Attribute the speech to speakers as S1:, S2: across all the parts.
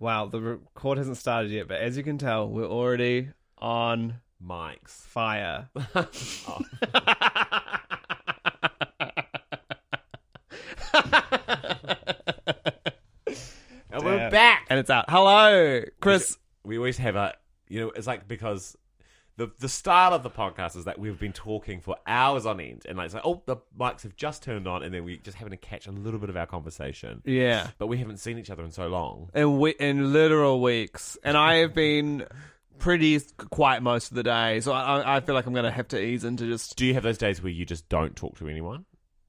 S1: Wow, the record hasn't started yet, but as you can tell, we're already on
S2: Mics.
S1: fire.
S2: And we're
S1: Damn.
S2: back.
S1: And it's out. Hello, Chris.
S2: We always have a, you know, it's like because the the start of the podcast is that we've been talking for hours on end, and like it's like, oh, the mics have just turned on, and then we just having to catch a little bit of our conversation,
S1: Yeah.
S2: but we haven't seen each other in so long.
S1: In, we- in literal weeks. And I have been pretty quiet most of the day. So I, I- I feel like I'm going to have to ease into just.
S2: Do you have those days where you just don't talk to anyone?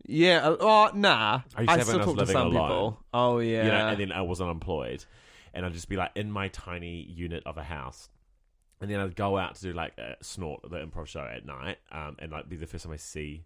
S1: Yeah. uh, Oh, nah.
S2: I used to
S1: I
S2: have
S1: still
S2: when
S1: talk
S2: I was
S1: to
S2: living
S1: some
S2: alone.
S1: people. Oh, yeah.
S2: you know, and then I was unemployed, and I'd just be like in my tiny unit of a house, and then I'd go out to do like a snort the improv show at night, um, and like be the first time I see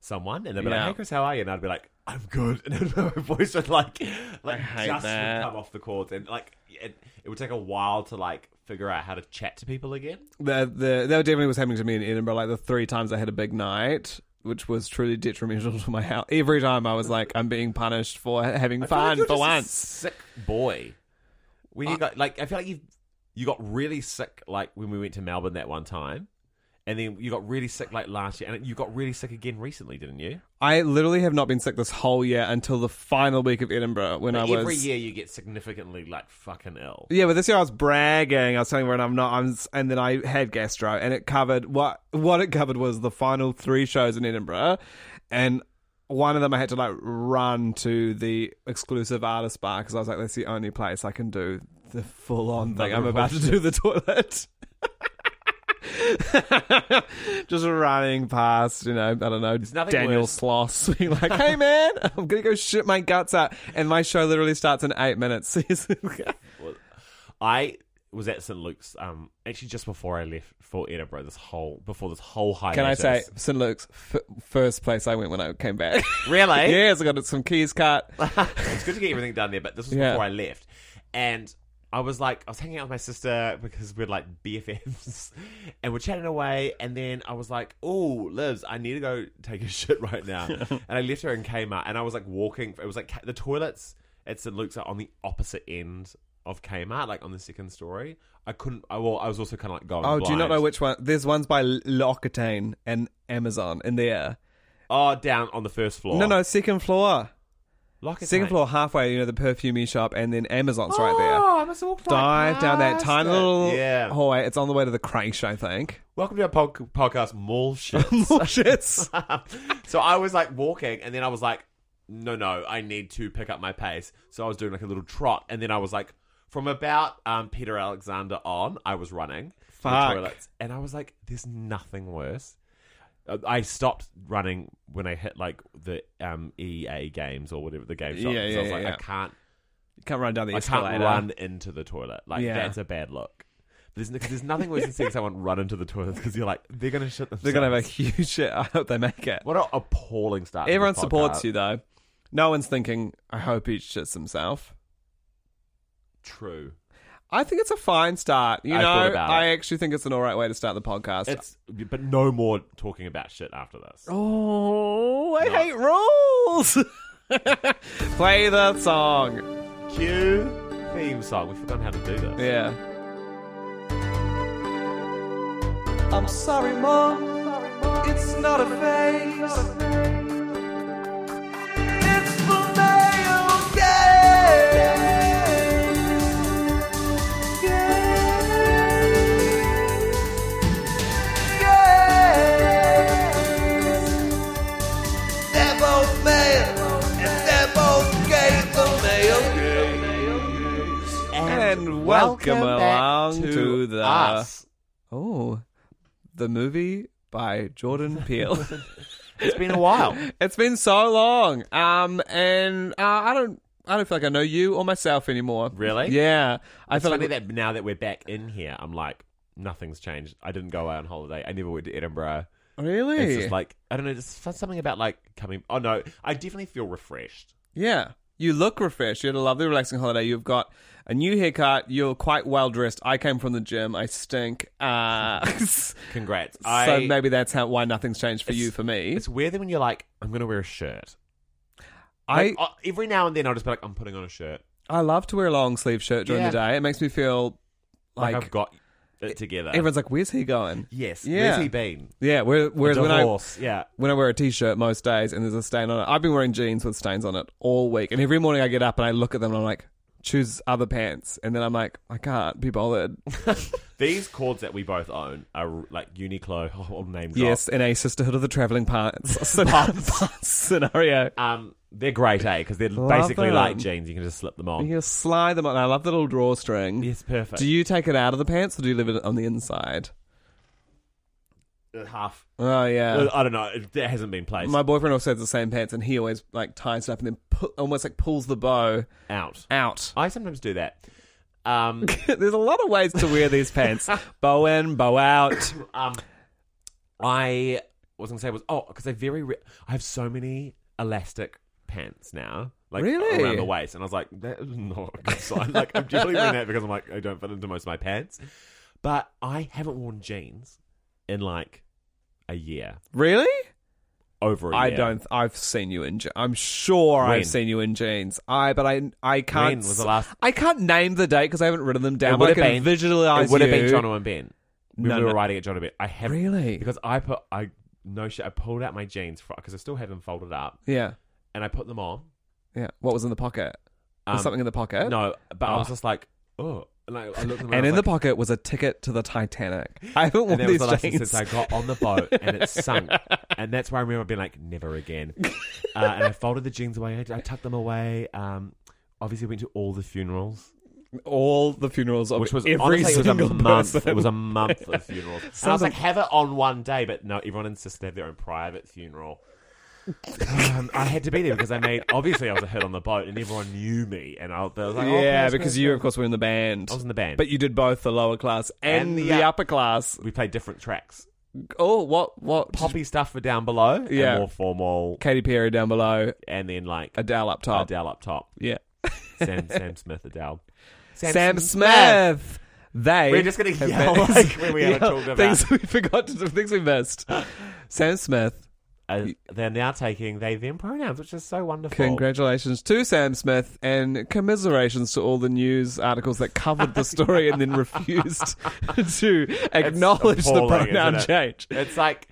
S2: someone, and they'd be
S1: Yeah.
S2: like, "Hey, Chris, how are you?" And I'd be like, "I'm good," and my voice would like, like
S1: hate
S2: just
S1: that.
S2: would come off the chords, and like it, it would take a while to like figure out how to chat to people again.
S1: the, the, that definitely was happening to me in Edinburgh. Like the three times I had a big night, which was truly detrimental to my health. Every time I was like, I'm being punished for having
S2: I feel like
S1: fun
S2: you're
S1: for
S2: just a
S1: once.
S2: sick boy. When you got like, I feel like you you got really sick like when we went to Melbourne that one time, and then you got really sick like last year, and you got really sick again recently, didn't you?
S1: I literally have not been sick this whole year until the final week of Edinburgh when I
S2: Like,
S1: was.
S2: every year you get significantly like fucking ill.
S1: Yeah, but this year I was bragging. I was telling everyone I'm not. I'm, and then I had gastro, and it covered what what it covered was the final three shows in Edinburgh, and one of them I had to like run to the exclusive artist bar because I was like, that's the only place I can do the full on thing. I'm about to do the toilet. Just running past, you know, I don't know,
S2: nothing
S1: Daniel
S2: worse.
S1: Sloss being like, hey man, I'm gonna go shit my guts out. And my show literally starts in eight minutes.
S2: I was at St Luke's um actually just before I left for Edinburgh. This whole before this whole hiatus.
S1: Can I say St Luke's f- first place I went when I came back?
S2: really?
S1: yes, I got some keys cut.
S2: it's good to get everything done there, but this was
S1: Yeah.
S2: before I left. And I was like, I was hanging out with my sister because we're like BFFs and we're chatting away. And then I was like, oh, Liz, I need to go take a shit right now. and I left her in Kmart and I was like walking. It was like the toilets at St. Luke's are on the opposite end of Kmart, like on the second story. I couldn't, I, well, I was also kind of like going.
S1: Oh, do you not know
S2: blind.
S1: which one? There's ones by L- L'Occitane and Amazon in there.
S2: Oh, down on the first floor.
S1: No, no, second floor.
S2: Lock it
S1: Second
S2: mate.
S1: floor, halfway, you know, the perfumey shop, and then Amazon's right there.
S2: Oh, I must have walked right
S1: Dive down that
S2: past
S1: tiny
S2: it.
S1: little
S2: yeah.
S1: hallway. It's on the way to the Crank, I think.
S2: Welcome to our pod- podcast, Mall Shit.
S1: More shits.
S2: so I was like walking, and then I was like, no, no, I need to pick up my pace. So I was doing like a little trot, and then I was like, from about um, Peter Alexander on, I was running for the
S1: Fuck.
S2: toilets, and I was like, there's nothing worse. Uh, I stopped running when I hit like the um, EA games or whatever the game shop.
S1: Yeah,
S2: 'cause
S1: yeah,
S2: I was
S1: yeah,
S2: like,
S1: yeah.
S2: I can't,
S1: You can't run down the
S2: I
S1: escalator.
S2: can't run into the toilet. Like
S1: Yeah.
S2: that's a bad look. There's, n- 'cause there's nothing worse than seeing someone run into the toilet because you're like, they're gonna shit themselves.
S1: They're going to have a huge shit. I hope they make it.
S2: What an appalling start. to
S1: Everyone
S2: the
S1: supports
S2: podcast.
S1: you, though. No one's thinking, I hope he shits himself.
S2: True.
S1: I think it's a fine start. You
S2: I thought
S1: know,
S2: about
S1: I
S2: it.
S1: actually think it's an all right way to start the podcast.
S2: It's but no more talking about shit after this.
S1: oh, I
S2: No.
S1: hate rules. Play the song.
S2: Cue theme song. We've forgotten how to do this.
S1: Yeah. I'm sorry, mom. It's not a phase. It's the male gaze. Gaze. They're both male, and they're both gay. The male gaze. And welcome along
S2: back
S1: to the-
S2: us.
S1: Oh, the movie by Jordan Peele.
S2: It's been a while.
S1: It's been so long. Um, and uh, I don't. I don't feel like I know you or myself anymore.
S2: Really?
S1: Yeah. I
S2: I
S1: feel
S2: feel
S1: like
S2: that now that we're back in here, I'm like, nothing's changed. I didn't go away on holiday. I never went to Edinburgh.
S1: really.
S2: It's just like I don't know, just f- something about like coming. Oh no, I definitely feel refreshed.
S1: yeah. You look refreshed. You had a lovely, relaxing holiday. You've got a new haircut. You're quite well dressed. I came from the gym. I stink. Uh, so
S2: Congrats. I,
S1: maybe that's how why nothing's changed for you. For me,
S2: it's weird that when you're like, I'm gonna wear a shirt.
S1: I
S2: Like, uh, every now and then I'll just be like, I'm putting on a shirt.
S1: I love to wear a long sleeve shirt during
S2: Yeah.
S1: the day. It makes me feel
S2: Like,
S1: like,
S2: I've got it together.
S1: everyone's like, "Where's he going?"
S2: yes.
S1: Yeah.
S2: Where's he been?
S1: Yeah. Where, whereas when I
S2: Divorce. yeah.
S1: when I wear a t-shirt most days and there's a stain on it, I've been wearing jeans with stains on it all week. And every morning I get up and I look at them and I'm like, choose other pants. And then I'm like, I can't be bothered.
S2: These cords that we both own are like Uniqlo. Oh, I'll name drop.
S1: yes, in a sisterhood of the traveling pants scenario. scenario.
S2: Um, they're great, eh? Because they're
S1: Love
S2: basically like
S1: them.
S2: jeans. You can just slip them on.
S1: You slide them on. I love the little drawstring.
S2: Yes, perfect.
S1: Do you take it out of the pants or do you leave it on the inside?
S2: Uh, half?
S1: Oh
S2: Uh,
S1: yeah.
S2: I don't know. It, that hasn't been placed
S1: My boyfriend also has the same pants and he always like ties it up and then pu- almost like pulls the bow
S2: out.
S1: out.
S2: I sometimes do that. Um,
S1: There's a lot of ways to wear these pants. bow in, bow out.
S2: um, I was gonna say was oh because I very re- I have so many elastic pants now. Like
S1: Really?
S2: around the waist, and I was like, that is not a good sign. like I'm generally wearing that because I'm like I don't fit into most of my pants, but I haven't worn jeans in like a year,
S1: Really?
S2: over a year.
S1: I don't. I've seen you in. je- I'm sure
S2: When?
S1: I've seen you in jeans. I, but I, I can't.
S2: When was the last-
S1: I can't name the date because I haven't written them down.
S2: It
S1: But I
S2: would've
S1: can
S2: been-
S1: visualize.
S2: It would have been
S1: you.
S2: Jono and Ben. When
S1: No,
S2: we were
S1: no.
S2: riding at Jono and Ben. I have
S1: Really?
S2: because I put I no shit. I pulled out my jeans because I still have them folded up,
S1: Yeah,
S2: and I put them on.
S1: yeah. What was in the pocket? Was
S2: Um,
S1: something in the pocket?
S2: No, but I was
S1: Oh.
S2: just like, oh, and I, I looked at them
S1: And
S2: I
S1: in
S2: was
S1: the
S2: like-
S1: pocket was a ticket to the Titanic. I haven't worn
S2: And that was
S1: these
S2: the last thing
S1: jeans.
S2: since I got on the boat and it sunk. and that's where I remember being like, never again. Uh, and I folded the jeans away. I, I tucked them away. Um, obviously, went to all the funerals.
S1: All the funerals of
S2: which was
S1: every
S2: honestly, it was a
S1: single
S2: month.
S1: person.
S2: It was a month of funerals. and I was like, have it on one day, but no, everyone insists they have their own private funeral. um, I had to be there because I made obviously I was a hit on the boat and everyone knew me and I, they was like, oh,
S1: yeah,
S2: Piers,
S1: because
S2: Piers,
S1: you,
S2: Piers.
S1: of course, were in the band.
S2: I was in the band,
S1: But you did both the lower class and,
S2: And the
S1: the,
S2: up-
S1: upper class.
S2: we played different tracks.
S1: Oh, what? What?
S2: Poppy stuff for down below,
S1: Yeah.
S2: and more formal,
S1: Katy Perry down below,
S2: and then like
S1: Adele up top.
S2: Adele up top,
S1: Yeah.
S2: Sam Sam Smith Adele,
S1: Sam Smith. They
S2: We're just gonna
S1: have
S2: yell
S1: been-
S2: like when we haven't talked about-
S1: things we forgot to things we missed. Sam Smith.
S2: Uh, they're now taking they them pronouns, which is so wonderful.
S1: Congratulations to Sam Smith and commiserations to all the news articles that covered the story and then refused to acknowledge the
S2: appalling,
S1: pronoun
S2: isn't
S1: change.
S2: It's like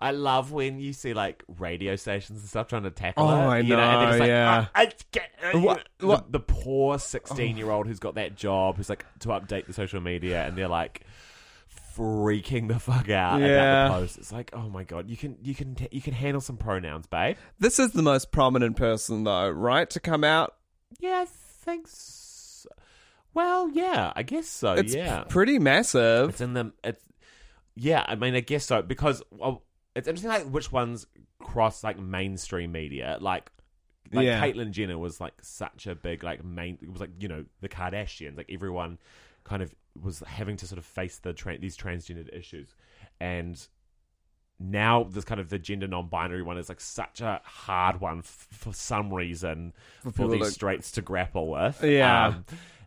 S2: I love when you see like radio stations and stuff trying to tackle
S1: Oh,
S2: it.
S1: I
S2: you know, and they're just
S1: know,
S2: like,
S1: yeah.
S2: "Ah, I get- uh, you
S1: What-
S2: know."
S1: what-
S2: The, the poor sixteen-year-old who's got that job who's like to update the social media, and they're like freaking the fuck out
S1: Yeah.
S2: about the post. It's like, oh my god, you can you can you can handle some pronouns, babe.
S1: This is the most prominent person though, right? To come out.
S2: Yeah, thanks. Well, yeah, I guess so.
S1: It's
S2: Oh, yeah,
S1: p- pretty massive.
S2: It's in the it's yeah. I mean, I guess so because well, it's interesting like which ones cross like mainstream media. Like, like
S1: Yeah.
S2: Caitlyn Jenner was like such a big like main. It was like you know the Kardashians. Like everyone kind of was having to sort of face the tra- these transgendered issues, and now this kind of the gender non-binary one is like such a hard one f- for some reason for,
S1: people
S2: these
S1: to-
S2: straights to grapple with.
S1: Yeah.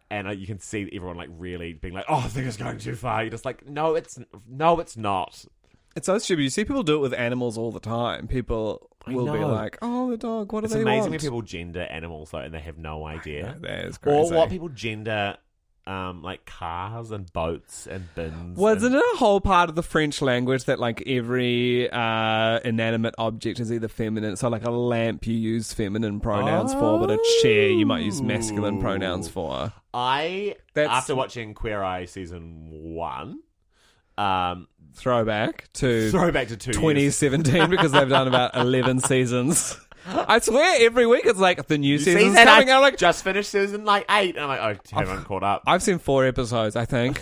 S2: and uh, you can see everyone like really being like, "Oh, I think it's going too far." You're just like, "No, it's no, it's not."
S1: It's so stupid. You see people do it with animals all the time. People
S2: I
S1: will be
S2: know.
S1: like, "Oh, the dog. What do
S2: It's
S1: they
S2: amazing
S1: want?"
S2: when people gender animals though, and they have no idea.
S1: That is crazy.
S2: Or what people gender, um, like cars and boats and bins.
S1: Wasn't
S2: and-
S1: it a whole part of the French language that like every uh, inanimate object is either feminine? So like a lamp you use feminine pronouns for, but a chair you might use masculine pronouns for.
S2: I
S1: That's-
S2: after watching Queer Eye season one, um,
S1: Throwback to
S2: throwback to two years
S1: 2017 because they've done about 11 seasons. I swear every week it's like the new
S2: You see
S1: season's
S2: that
S1: coming.
S2: I
S1: out. like,
S2: just finished season like eight, and I'm like, oh, haven't caught up.
S1: I've seen four episodes, I think.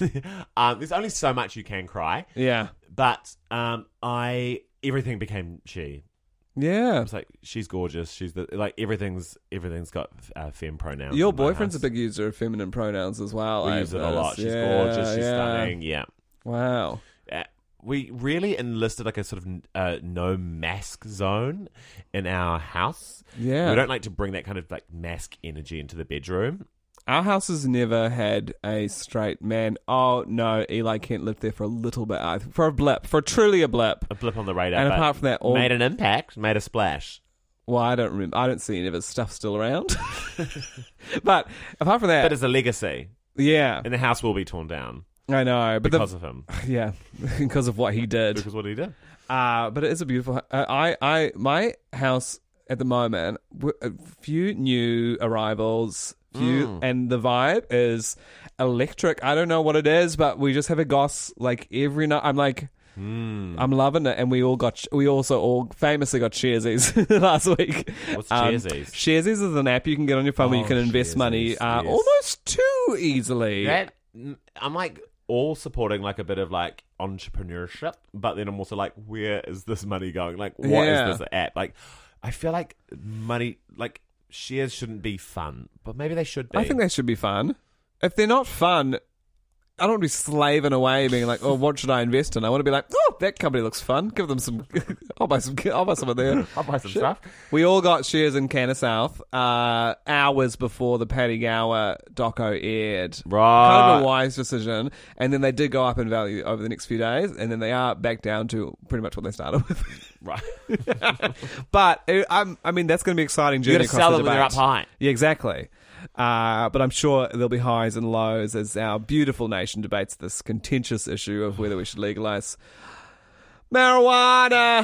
S2: um, there's only so much you can cry,
S1: Yeah.
S2: but um, I everything became she
S1: Yeah.
S2: It's like she's gorgeous. She's the like everything's everything's got uh, femme pronouns.
S1: Your
S2: in my
S1: boyfriend's a
S2: house.
S1: big user of feminine pronouns as well.
S2: We
S1: I've
S2: use it a lot.
S1: noticed.
S2: She's
S1: Yeah,
S2: gorgeous. She's
S1: yeah.
S2: stunning. Yeah.
S1: Wow.
S2: Uh, we really enlisted like a sort of uh, no mask zone in our house.
S1: Yeah.
S2: We don't like to bring that kind of like mask energy into the bedroom.
S1: Our house has never had a straight man. Oh no, Eli Kent lived there for a little bit, I- for a blip, for truly a blip.
S2: A blip on the radar.
S1: And
S2: but
S1: apart from that, all
S2: made an impact, made a splash.
S1: well, I don't remember. I don't see any of his stuff still around. but apart from that,
S2: But it's a legacy,
S1: yeah,
S2: and the house will be torn down
S1: I know. But
S2: because
S1: the,
S2: of him,
S1: yeah, because of what he did.
S2: because what he did.
S1: Uh, but it is a beautiful. Uh, I, I, my house at the moment, w- a few new arrivals, few,
S2: Mm.
S1: and the vibe is electric. I don't know what it is, but we just have a goss like every night. I'm like.
S2: Hmm.
S1: I'm loving it, and we all got. We also all famously got Sharesies last week. Um,
S2: What's Sharesies?
S1: Sharesies is an app you can get on your phone where you
S2: Oh,
S1: can invest money
S2: Sharesies,
S1: uh,
S2: yes.
S1: almost too easily.
S2: That I'm like all supporting like a bit of like entrepreneurship, but then I'm also like, where is this money going? Like, what is
S1: Yeah.
S2: this app? Like, I feel like money, like shares shouldn't be fun, but maybe they should be.
S1: I think they should be fun. If they're not fun, I don't want to be slaving away, being like, "Oh, what should I invest in?" I want to be like, "Oh, that company looks fun. Give them some. I'll buy some. I'll buy some of their."
S2: I'll buy some
S1: shit."
S2: stuff.
S1: We all got shares in Canna South uh, hours before the Paddy Gower doco aired. Kind of a
S2: Right.
S1: wise decision. And then they did go up in value over the next few days, and then they are back down to pretty much what they started with.
S2: Right.
S1: but it, I'm, I mean, that's going to be exciting
S2: You
S1: journey.
S2: gotta
S1: across
S2: sell
S1: the
S2: them when they're up
S1: debate.
S2: high.
S1: Yeah, exactly. Uh, but I'm sure there'll be highs and lows as our beautiful nation debates this contentious issue of whether we should legalize marijuana.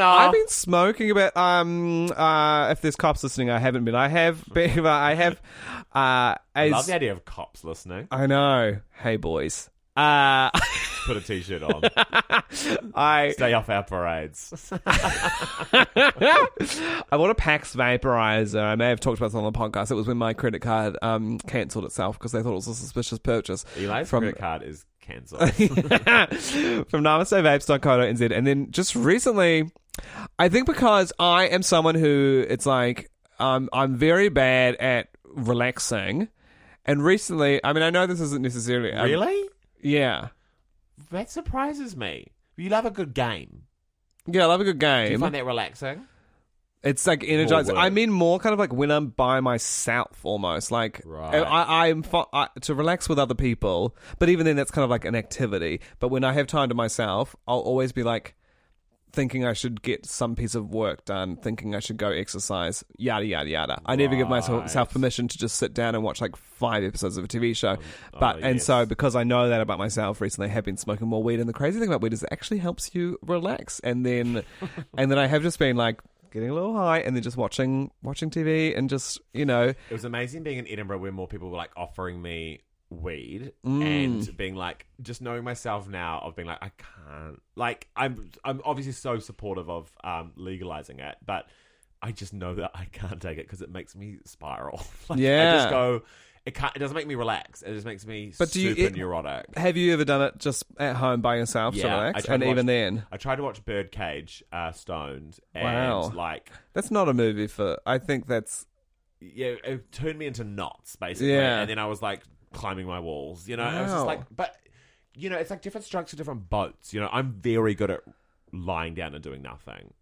S1: Uh, I've been smoking a bit. Um, uh, if there's cops listening, I haven't been. I have been. I have. Uh,
S2: I
S1: as-
S2: love the idea of cops listening.
S1: I know. Hey, boys. Uh,
S2: Put a t-shirt on.
S1: I
S2: Stay off our parades.
S1: I bought a Pax vaporizer. I may have talked about this on the podcast. It was when my credit card um cancelled itself because they thought it was a suspicious purchase.
S2: Eli's
S1: From-
S2: credit card is cancelled.
S1: from namastevapes.co.nz. And then just recently, I think because I am someone who it's like um, I'm very bad at relaxing. And recently, I mean, I know this isn't necessarily um,
S2: really?
S1: Yeah,
S2: That surprises me. You love a good game.
S1: yeah, I love a good
S2: Do you
S1: game.
S2: find that relaxing?
S1: It's like energizing.
S2: work.
S1: I mean, more kind of like when I'm by myself, almost like
S2: Right.
S1: I, I'm fo- I, to relax with other people. But even then, that's kind of like an activity. But when I have time to myself, I'll always be like thinking I should get some piece of work done, thinking I should go exercise, yada yada yada. I never give myself self permission to just sit down and watch like five episodes of a TV
S2: Oh,
S1: show. but and so because I know that about myself recently, I have been smoking more weed. And the crazy thing about weed is it actually helps you relax. And then and then I have just been like getting a little high and then just watching watching TV and just you know
S2: It was amazing being in Edinburgh where more people were like offering me weed
S1: Mm.
S2: and being like just knowing myself now of being like I can't like I'm I'm obviously so supportive of um legalizing it but I just know that I can't take it because it makes me spiral like, I
S1: Yeah.
S2: just go it can't it doesn't make me relax it just makes me
S1: But do you-
S2: super
S1: it-
S2: neurotic
S1: have you ever done it just at home by yourself to relax?
S2: tried
S1: And
S2: to watch-
S1: even then,
S2: I tried to watch Birdcage uh stoned and
S1: Wow.
S2: like
S1: that's not a movie for. I think that's
S2: yeah, it turned me into knots basically.
S1: Yeah.
S2: And then I was like climbing my walls, you know. I was
S1: Wow.
S2: just like, but you know, it's like different strokes for different boats. You know, I'm very good at lying down and doing nothing.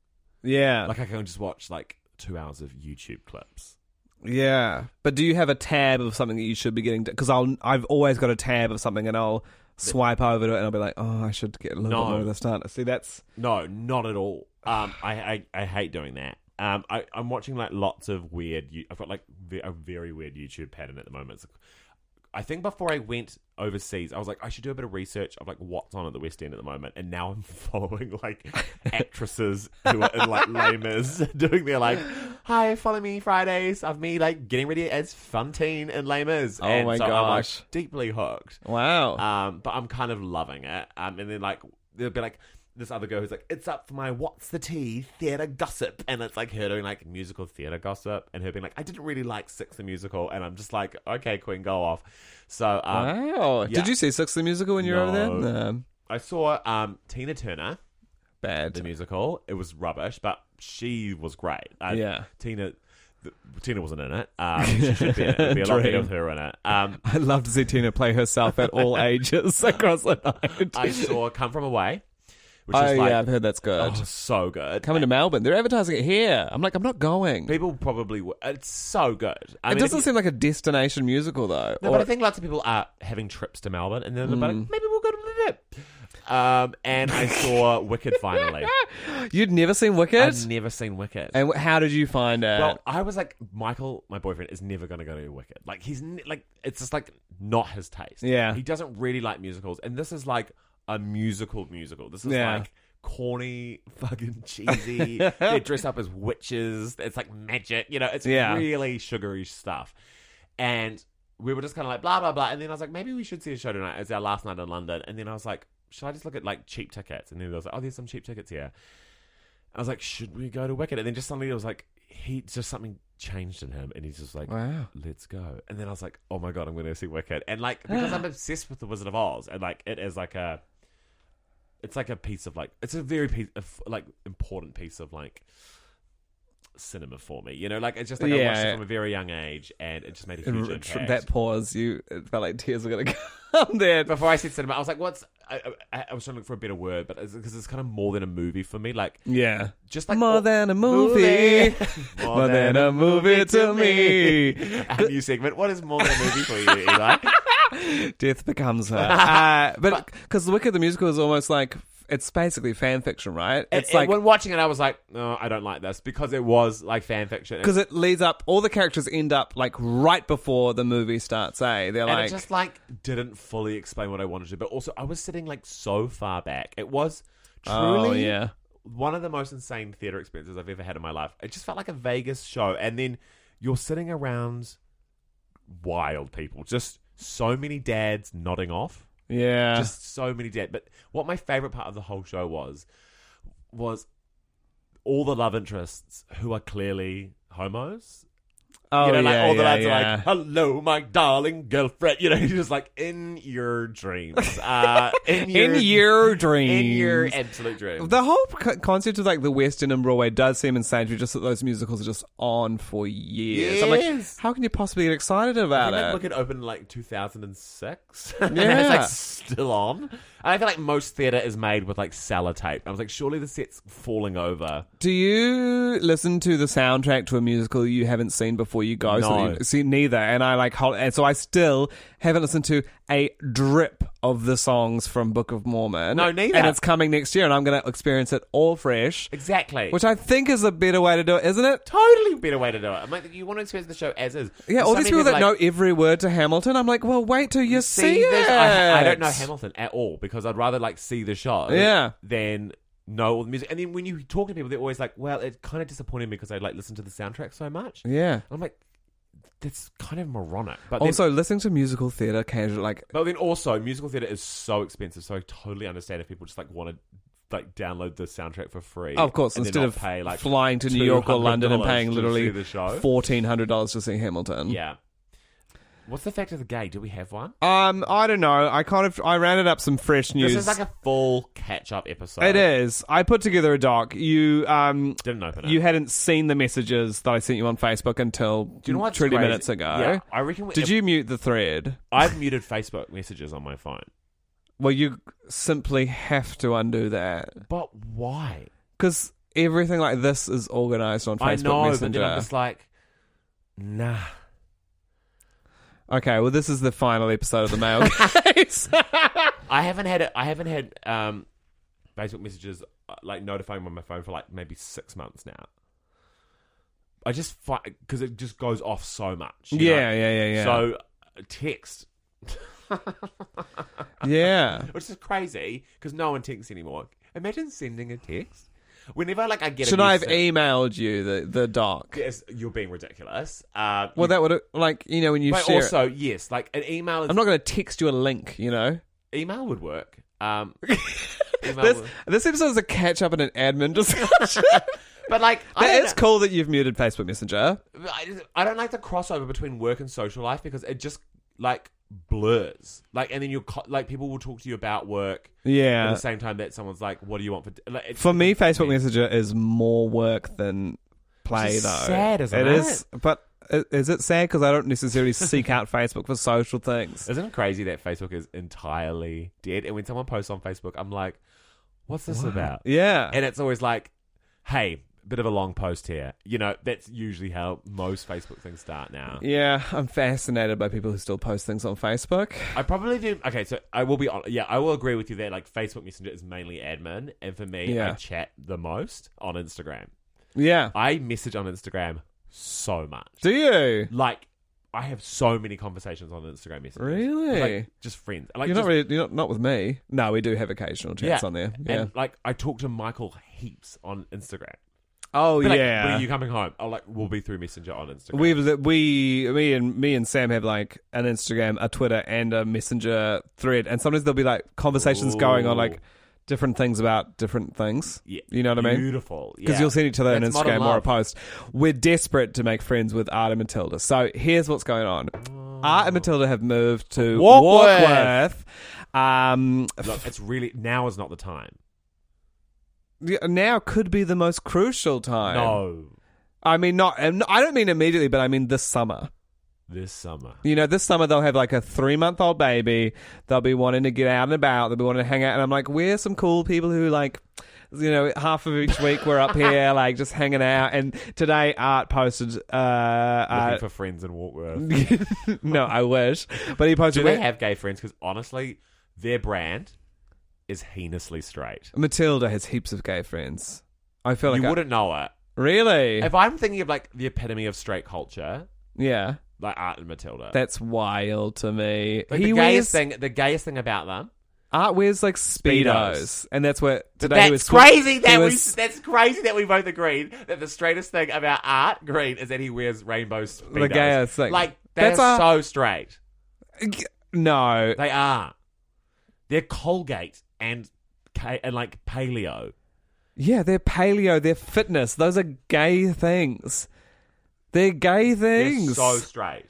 S1: yeah.
S2: Like I can just watch like two hours of YouTube clips.
S1: Yeah, but do you have a tab of something that you should be getting? Because I'll I've always got a tab of something, and I'll swipe over to it, and I'll be like, oh, I should get a little
S2: No.
S1: bit more of this done. See, that's
S2: No, not at all. Um, I, I I hate doing that. Um, I, I'm watching like lots of weird. You- I've got like ve- a very weird YouTube pattern at the moment. It's like- I think before I went overseas, I was like, I should do a bit of research of like what's on at the West End at the moment, and now I'm following like actresses who are in like Lamers doing their like, hi, follow me Fridays of me like getting ready as Funtine and Lamers.
S1: Oh
S2: and
S1: my
S2: so I'm, like,
S1: gosh.
S2: deeply hooked.
S1: wow.
S2: Um, but I'm kind of loving it. Um, and then like there'll be like this other girl who's like, "It's up for my what's the tea theater gossip," and it's like her doing like musical theater gossip, and her being like, "I didn't really like Six the musical," and I'm just like, "Okay, Queen, go off." So um,
S1: wow.
S2: yeah.
S1: Did you see Six the musical when you were
S2: No.
S1: over there? No.
S2: I saw um Tina Turner the
S1: Bad.
S2: musical. It was rubbish, but she was great. Uh,
S1: Yeah.
S2: Tina. th- Tina wasn't in it. Um, she should be in it. It'd be a lot better
S1: Dream.
S2: with her in it. Um,
S1: I'd love to see Tina play herself at all ages across the night.
S2: I saw Come From Away, which
S1: oh
S2: is like
S1: yeah, I've heard that's good.
S2: oh, so good.
S1: Coming to Melbourne, they're advertising it here. I'm like, I'm not going.
S2: People probably w- uh, it's so good. I
S1: it
S2: mean, if
S1: doesn't
S2: you-
S1: seem like a destination musical though.
S2: No,
S1: Or-
S2: but I think lots of people are having trips to Melbourne, and then they're like, maybe we'll go to the dip. Um, and I saw Wicked finally.
S1: You'd never seen Wicked.
S2: I've never seen Wicked.
S1: and wh- how did you find it?
S2: well, I was like, Michael, my boyfriend, is never going to go to Wicked. Like he's n- like, it's just like not his taste.
S1: Yeah.
S2: he doesn't really like musicals, and this is like a musical musical. This is
S1: Yeah.
S2: like corny, fucking cheesy. they dress up as witches. It's like magic. You know, it's
S1: Yeah.
S2: really sugary stuff. And we were just kind of like blah blah blah. And then I was like, maybe we should see a show tonight. It's our last night in London. And then I was like, should I just look at like cheap tickets? And then there was like, oh, there's some cheap tickets here. I was like, should we go to Wicked? And then just suddenly it was like, he just something changed in him, and he's just like,
S1: wow.
S2: let's go. And then I was like, oh my god, I'm going to see Wicked. And like because I'm obsessed with the Wizard of Oz, and like it is like a, it's like a piece of like it's a very piece of like important piece of like cinema for me. You know, like it's just like I
S1: Yeah.
S2: watched it from a very young age, and it just made a huge
S1: And tr-
S2: impact.
S1: That pause, you it felt like tears were gonna come there.
S2: before I said cinema, I was like, "What's?" I, I, I was trying to look for a better word, but because it's, kind of more than a movie for me. Like,
S1: Yeah.
S2: just like
S1: More than a movie.
S2: more,
S1: More than a movie to me.
S2: a new segment. What is more than a movie for you, Eli?
S1: Death becomes her. Uh, but because Wicked the musical is almost like it's basically fan fiction, right?
S2: And-
S1: It's
S2: and
S1: like
S2: when watching it, I was like, "No, I don't like this," because it was like fan fiction.
S1: because it leads up. All the characters end up like right before the movie starts. Eh? They're
S2: and
S1: like,
S2: it just like didn't fully explain what I wanted to. But also, I was sitting like so far back. It was truly
S1: oh yeah,
S2: one of the most insane theater experiences I've ever had in my life. It just felt like a Vegas show, and then you're sitting around wild people, just so many dads nodding off,
S1: yeah.
S2: just so many dads. But what my favorite part of the whole show was was all the love interests who are clearly homos.
S1: oh
S2: you know,
S1: yeah,
S2: like all the
S1: yeah,
S2: lads
S1: yeah.
S2: are like, "Hello, my darling girlfriend." You know, you're just like in your dreams, uh, in your
S1: in your dreams.
S2: in your absolute dreams.
S1: The whole c- concept of like the West End and Broadway does seem insane. to me, just that those musicals are just on for years. I'm
S2: Yes.
S1: like, how can you possibly get excited
S2: I
S1: about
S2: think that
S1: it?
S2: book had opened like 2006. and it's like
S1: Yeah.
S2: still on. And I feel like most theatre is made with like sellotape. I was like, surely the set's falling over.
S1: Do you listen to the soundtrack to a musical you haven't seen before you go? So
S2: No.
S1: that you- see, neither. And I like, hold, and so I still haven't listened to a drip of the songs from Book of Mormon.
S2: No, neither.
S1: And it's coming next year, and I'm going to experience it all fresh,
S2: Exactly.
S1: which I think is a better way to do it, isn't it?
S2: totally better way to do it. I'm like, you want to experience the show as is.
S1: Yeah,
S2: So
S1: all these
S2: many
S1: people that
S2: like,
S1: know every word to Hamilton, I'm like, well, wait till you see, it.
S2: this. I, I don't know Hamilton at all because I'd rather like see the show
S1: Yeah.
S2: than know all the music. And then when you talk to people, they're always like, well, it kind of disappointed me because I like listened to the soundtrack so much.
S1: Yeah.
S2: I'm like, that's kind of moronic. But then-
S1: Also, listening to musical theatre occasionally, like,
S2: But then also, musical theater is so expensive, so I totally understand if people just like want to like download the soundtrack for free.
S1: of course,
S2: and then
S1: instead
S2: not
S1: of
S2: pay like
S1: flying to New York or London and
S2: $200
S1: paying
S2: to
S1: literally
S2: see the show.
S1: $1,400 to see Hamilton.
S2: yeah. What's the fact of the gay? Do we have one?
S1: Um, I don't know. I kind of I rounded up some fresh news.
S2: This is like a full catch-up episode.
S1: it is. I put together a doc. You um
S2: Didn't open it.
S1: you hadn't seen the messages that I sent you on Facebook until
S2: Do you know what's
S1: 30
S2: crazy?
S1: minutes ago.
S2: Yeah, I reckon. We,
S1: Did you mute the thread?
S2: I've muted Facebook messages on my phone.
S1: Well, you simply have to undo that
S2: But why?
S1: because everything like this is organized on Facebook
S2: I know, but
S1: Messenger.
S2: then I'm just like, nah.
S1: Okay, well, this is the final episode of the mail case.
S2: I haven't had I haven't had um, Facebook messages uh, like notifying me on my phone for like maybe six months now. I just find because it just goes off so much. you
S1: yeah, yeah,
S2: know?
S1: yeah, yeah.
S2: So uh, text,
S1: yeah.
S2: which is crazy because no one texts anymore. Imagine sending a text. Whenever like I get,
S1: Should
S2: a
S1: I have
S2: message-
S1: emailed you the the doc?
S2: Yes, you're being ridiculous. Uh,
S1: Well, that would like you know when you
S2: but
S1: share. it-
S2: also yes, like an email. Is,
S1: I'm not going to text you a link, you know.
S2: email would work. Um, email
S1: This
S2: would-
S1: this episode is a catch up and an admin discussion.
S2: but like I don't
S1: It
S2: know.
S1: is cool that you've muted Facebook Messenger.
S2: I, I don't like the crossover between work and social life because it just like blurs. Like, and then you're co- like, people will talk to you about work. At
S1: Yeah.
S2: the same time that someone's like, "What do you want for?" d-" Like, it's-
S1: For me, Facebook
S2: Yeah.
S1: Messenger is more work than play,
S2: Which is
S1: though.
S2: sad, isn't
S1: It is. But i- is it sad because I don't necessarily seek out Facebook for social things?
S2: Isn't it crazy that Facebook is entirely dead? And when someone posts on Facebook, I'm like, what's this about?
S1: Yeah.
S2: And it's always like, hey, bit of a long post here. You know, that's usually how most Facebook things start now.
S1: yeah, I'm fascinated by people who still post things on Facebook.
S2: I probably do. Okay, so I will be on. Yeah, I will agree with you there. Like, Facebook Messenger is mainly admin. And for me, I
S1: Yeah.
S2: chat the most on Instagram.
S1: Yeah.
S2: I message on Instagram so much.
S1: Do you?
S2: Like, I have so many conversations on Instagram messages.
S1: Really?
S2: Like, just friends. Like,
S1: you're
S2: just
S1: not really, you're not, not with me. No, we do have occasional chats on there. Yeah.
S2: And like I talk to Michael heaps on Instagram.
S1: oh
S2: Be like,
S1: yeah.
S2: When are you coming home? Oh like we'll be through Messenger on Instagram.
S1: We've li- we me and me and Sam have like an Instagram, a Twitter, and a Messenger thread, and sometimes there'll be like conversations going on
S2: Ooh.
S1: like different things about different things.
S2: yeah.
S1: You know what I mean?
S2: Beautiful.
S1: Because you'll send each other
S2: That's
S1: an
S2: modern
S1: Instagram or a
S2: love.
S1: post. We're desperate to make friends with Art and Matilda. So here's what's going on. Art and Matilda have moved to
S2: Warkworth.
S1: Warkworth. Um,
S2: Look, it's really now is not the time.
S1: yeah, now could be the most crucial time.
S2: No.
S1: I mean not. and I don't mean immediately, but I mean this summer.
S2: This summer.
S1: You know, this summer they'll have like a three month old baby. They'll be wanting to get out and about. They'll be wanting to hang out. And I'm like, we're some cool people who like, you know, half of each week we're up here, like just hanging out. And today Art posted, uh, uh
S2: Looking for friends in Walkworth.
S1: no, I wish, but he
S2: Do
S1: posted
S2: they have gay friends? Because honestly, their brand is heinously straight.
S1: Matilda has heaps of gay friends. I feel like
S2: you
S1: I-
S2: wouldn't know it.
S1: really,
S2: If I'm thinking of like the epitome of straight culture,
S1: yeah,
S2: like Art and Matilda.
S1: that's wild to me.
S2: like
S1: he
S2: the
S1: wears
S2: gayest thing the gayest thing about them
S1: Art wears like speedos,
S2: Speedos.
S1: and that's what today he
S2: That's
S1: was
S2: crazy that
S1: he
S2: we
S1: was-
S2: that's crazy that we both agreed that the straightest thing about Art Green is that he wears rainbow speedos.
S1: The gayest thing.
S2: Like that's
S1: That's a-
S2: so straight.
S1: no,
S2: They are. They're Colgate and ca- and like paleo.
S1: Yeah, they're paleo, they're fitness. Those are gay things. They're gay things.
S2: They're so straight.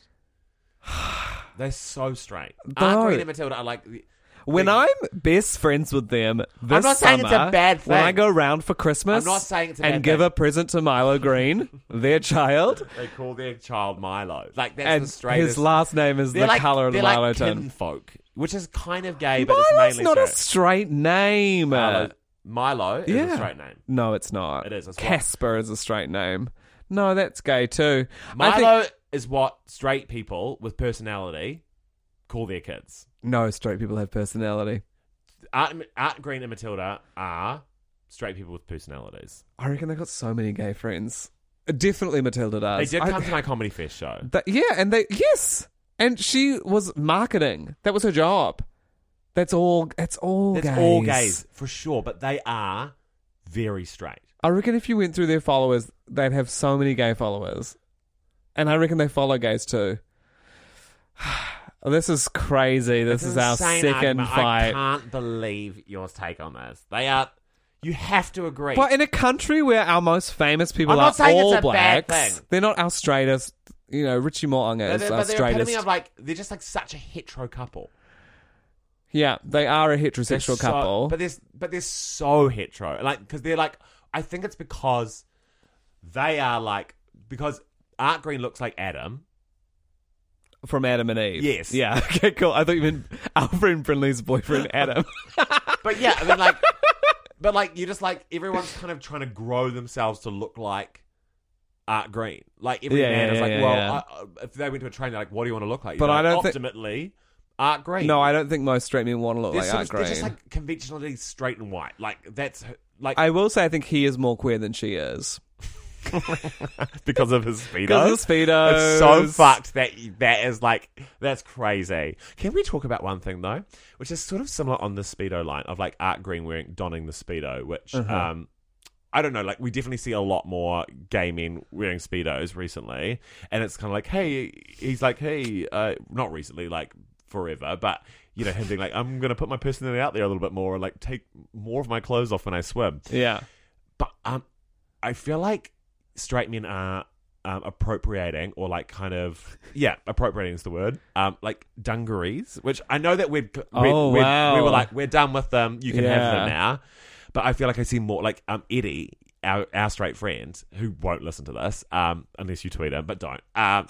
S2: They're so straight.
S1: No.
S2: Art Green and Matilda are like the-
S1: when
S2: the-
S1: I'm best friends with them this
S2: I'm not saying it's a
S1: summer,
S2: bad
S1: When
S2: thing.
S1: I go round for Christmas
S2: I'm not saying it's a
S1: and
S2: bad
S1: give
S2: thing.
S1: a present to Milo Green, their child,
S2: they call their child Milo. Like that's
S1: and
S2: the straightest.
S1: his last name is
S2: they're
S1: the
S2: like,
S1: color of the
S2: they're
S1: Milo
S2: like
S1: tin.
S2: kinfolk, which is kind of gay, but it's
S1: Milo's
S2: mainly
S1: not a
S2: straight.
S1: straight name.
S2: Milo, Milo is
S1: yeah.
S2: a straight name.
S1: No, it's not.
S2: It is, that's what-
S1: Casper is a straight name. No, that's gay too. I
S2: Milo
S1: think
S2: is what straight people with personality call their kids.
S1: no straight people have personality.
S2: Art, Art Green and Matilda are straight people with personalities.
S1: I reckon they got so many gay friends. Definitely Matilda does.
S2: they did
S1: I-
S2: come to my comedy fest show.
S1: that- yeah, and they yes, and she was marketing. That was her job. That's all. That's all.
S2: It's
S1: gays.
S2: all gays for sure, but they are very straight.
S1: I reckon if you went through their followers, they'd have so many gay followers, and I reckon they follow gays too. this is crazy. This
S2: It's
S1: is
S2: an
S1: our
S2: insane
S1: second
S2: argument. I
S1: fight.
S2: can't believe your take on this. They are. You have to agree.
S1: But in a country where our most famous people
S2: I'm
S1: are
S2: not saying it's
S1: all
S2: a bad
S1: blacks,
S2: thing.
S1: they're not our straightest. You know, Richie Morton
S2: but
S1: is
S2: they're,
S1: our
S2: but they're epitome
S1: straightest.
S2: of like they're just like such a hetero couple.
S1: yeah, they are a
S2: They're
S1: heterosexual
S2: so-
S1: couple.
S2: but they're but they're so hetero, like because they're like I think it's because they are like because Art Green looks like Adam.
S1: From Adam and Eve.
S2: Yes.
S1: Yeah. Okay, cool. I thought you meant Alfred Brindley's boyfriend, Adam.
S2: But yeah, I mean like, but like you just like everyone's kind of trying to grow themselves to look like Art Green. Like every
S1: Yeah,
S2: man
S1: yeah,
S2: is like,
S1: yeah,
S2: well,
S1: yeah.
S2: I- I, if they went to a train, they're like, what do you want to look like?
S1: But
S2: You're
S1: I
S2: like,
S1: don't think-
S2: ultimately Art Green.
S1: No, I don't think most straight men want to look
S2: They're,
S1: like
S2: sort
S1: Art
S2: of- they're
S1: Green.
S2: just like conventionally straight and white. Like that's like
S1: I will say, I think he is more queer than she is.
S2: because of his speedo.
S1: Because of the speedos.
S2: It's so fucked that that is like that's crazy. Can we talk about one thing though, which is sort of similar on the speedo line of like Art Green wearing donning the speedo, which
S1: Uh-huh.
S2: um, I don't know, like we definitely see a lot more gay men wearing speedos recently, and it's kind of like, hey, he's like, hey, uh, not recently, like forever, but. You know, him being like, I'm going to put my personality out there a little bit more, like take more of my clothes off when I swim.
S1: Yeah.
S2: But um, I feel like straight men are um, appropriating or like kind of yeah appropriating is the word um, like dungarees which i know that we'd, we'd,
S3: Oh,
S2: we'd- we
S3: wow.
S2: were like we're done with them you can have them
S3: Yeah.
S2: now but i feel like i see more like um, eddie our, our straight friend who won't listen to this um, unless you tweet him but don't um,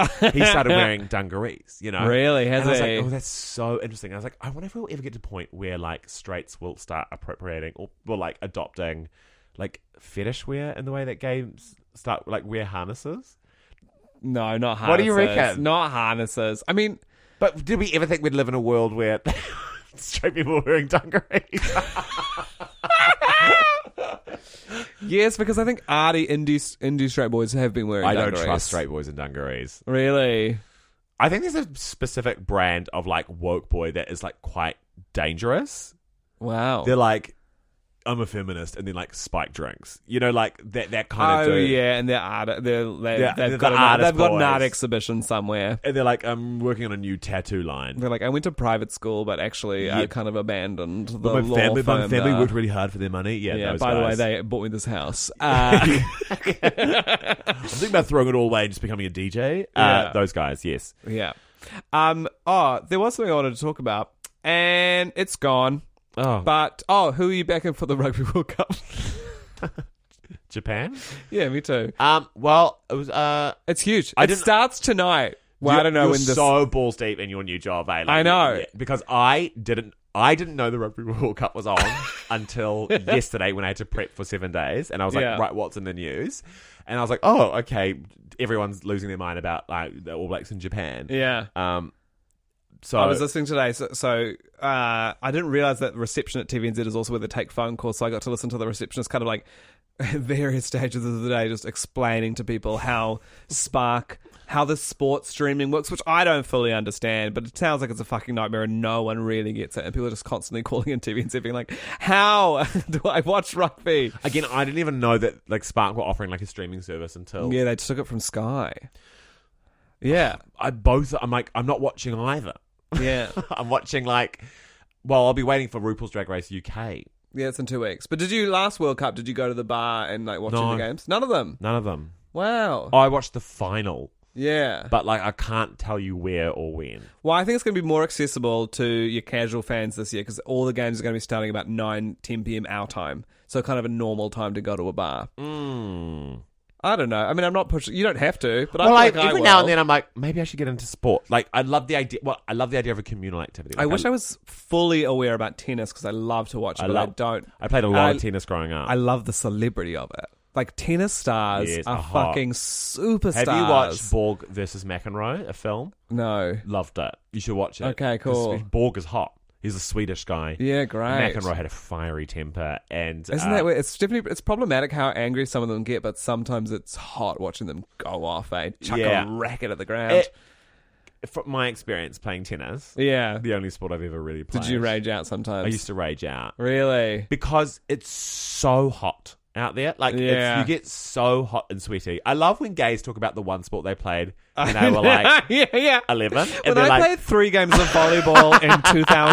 S2: he started wearing dungarees you know
S3: Really? Has
S2: and I was
S3: he?
S2: like, oh, that's so interesting. I was like, I wonder if we'll ever get to the point where like straights will start appropriating or, or like adopting like fetish wear in the way that games start like wear harnesses.
S3: No, not harnesses.
S2: What do you reckon?
S3: Not harnesses. I mean,
S2: But did we ever think we'd live in a world where straight people were wearing dungarees?
S3: yes, because I think
S1: Arty indie indie straight boys have been wearing.
S2: I don't
S1: dungarees.
S2: trust straight boys in dungarees.
S3: really.
S2: I think there's a specific brand of like woke boy that is like quite dangerous.
S3: Wow.
S2: They're like, I'm a feminist, and then like spike drinks. You know, like that that kind of
S1: Oh
S2: dude.
S1: yeah, and they're art. They're, they
S2: Yeah,
S1: they've
S2: the
S1: got an, art-
S2: artist
S1: they've got an
S2: boys.
S1: art exhibition somewhere.
S2: And they're like, I'm working on a new tattoo line.
S1: They're like, I went to private school, but actually, I
S2: Yeah.
S1: kind of abandoned the
S2: But
S1: law
S2: my family,
S1: firm uh,
S2: my family
S1: there.
S2: worked really hard for their money. Yeah,
S1: yeah.
S2: those
S1: By
S2: guys.
S1: the way, they bought me this house. Uh,
S2: I'm thinking about throwing it all away and just becoming a DJ.
S1: Yeah.
S2: Uh, those guys, yes.
S1: yeah. Um. Oh, there was something I wanted to talk about, and it's gone.
S2: Oh,
S1: But oh, who are you backing for the Rugby World Cup?
S2: Japan.
S1: yeah, me too.
S2: Um, well, it was. Uh,
S1: It's huge.
S2: I
S1: it
S2: didn't-
S1: starts tonight. Well, I
S2: you're-
S1: don't know
S2: you're
S1: when this.
S2: So balls deep in your new job, eh? Like,
S1: I know.
S2: because I didn't. I didn't know the Rugby World Cup was on until yesterday when I had to prep for seven days, and I was like,
S1: Yeah.
S2: "Right, what's in the news?" And I was like, "Oh, okay, everyone's losing their mind about like the All Blacks in Japan."
S1: yeah.
S2: Um, so
S1: I was listening today, so, so uh, I didn't realize that reception at TVNZ is also where they take phone calls. So I got to listen to the receptionist kind of like at various stages of the day, just explaining to people how Spark, how the sports streaming works, which I don't fully understand, but it sounds like it's a fucking nightmare and no one really gets it. And people are just constantly calling in TVNZ being like, how do I watch rugby?
S2: Again, I didn't even know that like Spark were offering like a streaming service until
S1: Yeah, they took it from Sky. Yeah.
S2: I both. I'm like, I'm not watching either.
S1: Yeah.
S2: I'm watching like, well, I'll be waiting for RuPaul's Drag Race UK.
S1: Yeah, it's in two weeks. But did you last World Cup? Did you go to the bar and like watch
S2: No.
S1: all the games? None of them.
S2: None of them.
S1: Wow.
S2: Oh, I watched the final,
S1: Yeah.
S2: but like I can't tell you where or when.
S1: Well, I think it's going to be more accessible to your casual fans this year because all the games are going to be starting about 9, 10 p.m. our time. So kind of a normal time to go to a bar. Hmm.
S2: Mm.
S1: I don't know. I mean, I'm not pushing. You don't have to, but I
S2: Well,
S1: feel
S2: like,
S1: like I
S2: every now
S1: will.
S2: and then, I'm like, maybe I should get into sport. Like, I love the idea. Well, I love the idea of a communal activity.
S1: I wish I was fully aware about tennis because I love to watch it,
S2: I
S1: but I
S2: love-
S1: don't.
S2: I played a lot
S1: I-
S2: of tennis growing up.
S1: I love the celebrity of it. Like, tennis stars
S2: Yes,
S1: are
S2: they're hot.
S1: fucking superstars.
S2: Have you watched Borg versus McEnroe, a film?
S1: No.
S2: Loved it. You should watch it.
S1: Okay,
S2: 'Cause
S1: cool.
S2: Borg is hot. He's a Swedish guy.
S1: Yeah, great.
S2: McEnroe had a fiery temper, and
S1: Isn't
S2: uh,
S1: that weird? It's definitely it's problematic how angry some of them get, but sometimes it's hot watching them go off. Eh? Chuck
S2: Yeah.
S1: a racket at the ground.
S2: it- from my experience playing tennis,
S1: yeah.
S2: the only sport I've ever really played.
S1: Did you rage out sometimes?
S2: I used to rage out
S1: Really?
S2: because it's so hot out there. Like it's-
S1: Yeah.
S2: you get so hot and sweaty. I love when gays talk about the one sport they played when they were like
S1: yeah, yeah.
S2: eleven, and
S1: When
S2: they're
S1: I
S2: like,
S1: played three games of volleyball in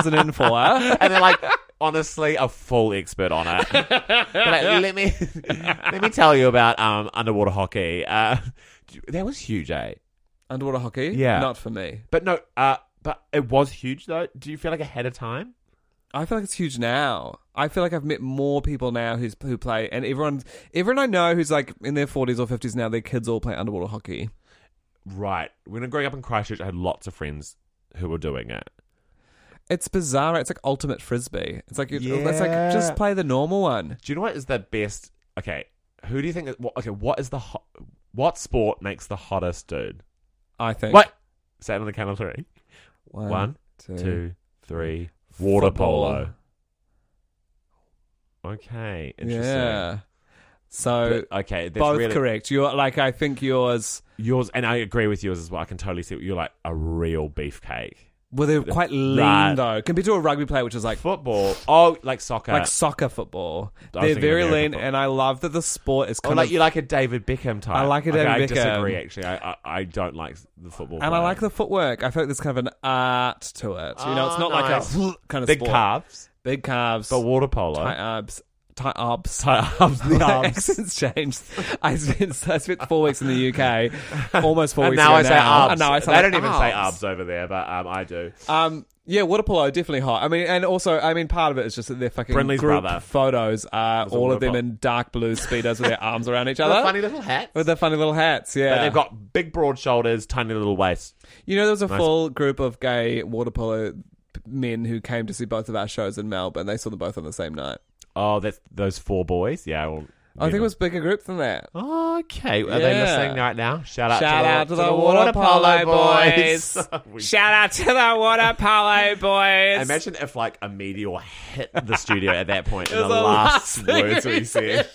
S1: 2004,
S2: and they're like, honestly, a full expert on it. They're like, let me let me tell you about um, underwater hockey. Uh, that was huge, eh?
S1: underwater hockey,
S2: Yeah.
S1: not for me.
S2: But no, uh, but it was huge though. Do you feel like ahead of time?
S1: I feel like it's huge now. I feel like I've met more people now who's who play, and everyone, everyone I know who's like in their 40s or 50s now, their kids all play underwater hockey.
S2: Right. When I growing up in Christchurch, I had lots of friends who were doing it.
S1: It's bizarre. It's like ultimate frisbee. It's like you it's like
S2: Yeah.
S1: just play the normal one.
S2: Do you know what is the best? Okay, who do you think? Is, what, okay, what is the hot? What sport makes the hottest dude?
S1: I think.
S2: What? Say it on the count of three.
S1: One,
S2: One,
S1: two.
S2: Two, three. Water
S1: Football.
S2: polo. Okay, interesting.
S1: Yeah. So
S2: But, okay, that's
S1: both
S2: really,
S1: correct. You're like I think yours.
S2: Yours, and I agree with yours as well. I can totally see what you're like a real beefcake.
S1: Well, they're quite lean
S2: Right.
S1: though, compared to a rugby player, which is like
S2: Football. Oh, like soccer.
S1: like soccer football.
S2: I was
S1: They're
S2: thinking
S1: very
S2: American
S1: lean,
S2: football.
S1: and I love that the sport is
S2: Or
S1: kind
S2: like
S1: of.
S2: you like a David Beckham type.
S1: I like a David
S2: I
S1: Beckham.
S2: disagree actually. I, I I don't like the football.
S1: and I
S2: player.
S1: like the footwork. I feel like there's kind of an art to it. You know, it's
S2: Ah,
S1: not
S2: nice.
S1: like a kind of
S2: big
S1: sport.
S2: calves,
S1: big calves,
S2: but water polo.
S1: tight abs. Ty Arbs.
S2: Types, the
S1: My
S2: arms.
S1: accent's changed. I spent I spent four weeks in the UK, almost four
S2: And
S1: weeks
S2: now
S1: ago
S2: I say
S1: now,
S2: arms.
S1: And now I say
S2: they don't even say
S1: arbs.
S2: arms over there, but um, I do.
S1: Um, yeah, water polo definitely hot. I mean, and also, I mean, part of it is just that their fucking
S2: Brindley's
S1: group
S2: brother.
S1: photos are
S2: a
S1: all of them
S2: water polo.
S1: in dark blue speedos with their arms around each
S2: With
S1: other,
S2: funny little hats.
S1: with their funny little hats. Yeah,
S2: And they've got big, broad shoulders, tiny little waist.
S1: You know, there was a full group of gay water polo p- men who came to see both of our shows in Melbourne. They saw them both on the same night.
S2: Oh, that's those four boys. Yeah. well,
S1: I think it was a bigger group than that.
S2: Okay, are they
S1: Yeah.
S2: listening right now? Shout out,
S1: Shout
S2: to,
S1: out
S2: the,
S1: to the water polo boys.
S2: We-
S1: Shout out to the water polo boys.
S2: Imagine if like a meteor hit the studio at that point. and the
S1: was the
S2: last,
S1: last thing
S2: words
S1: we
S2: we said.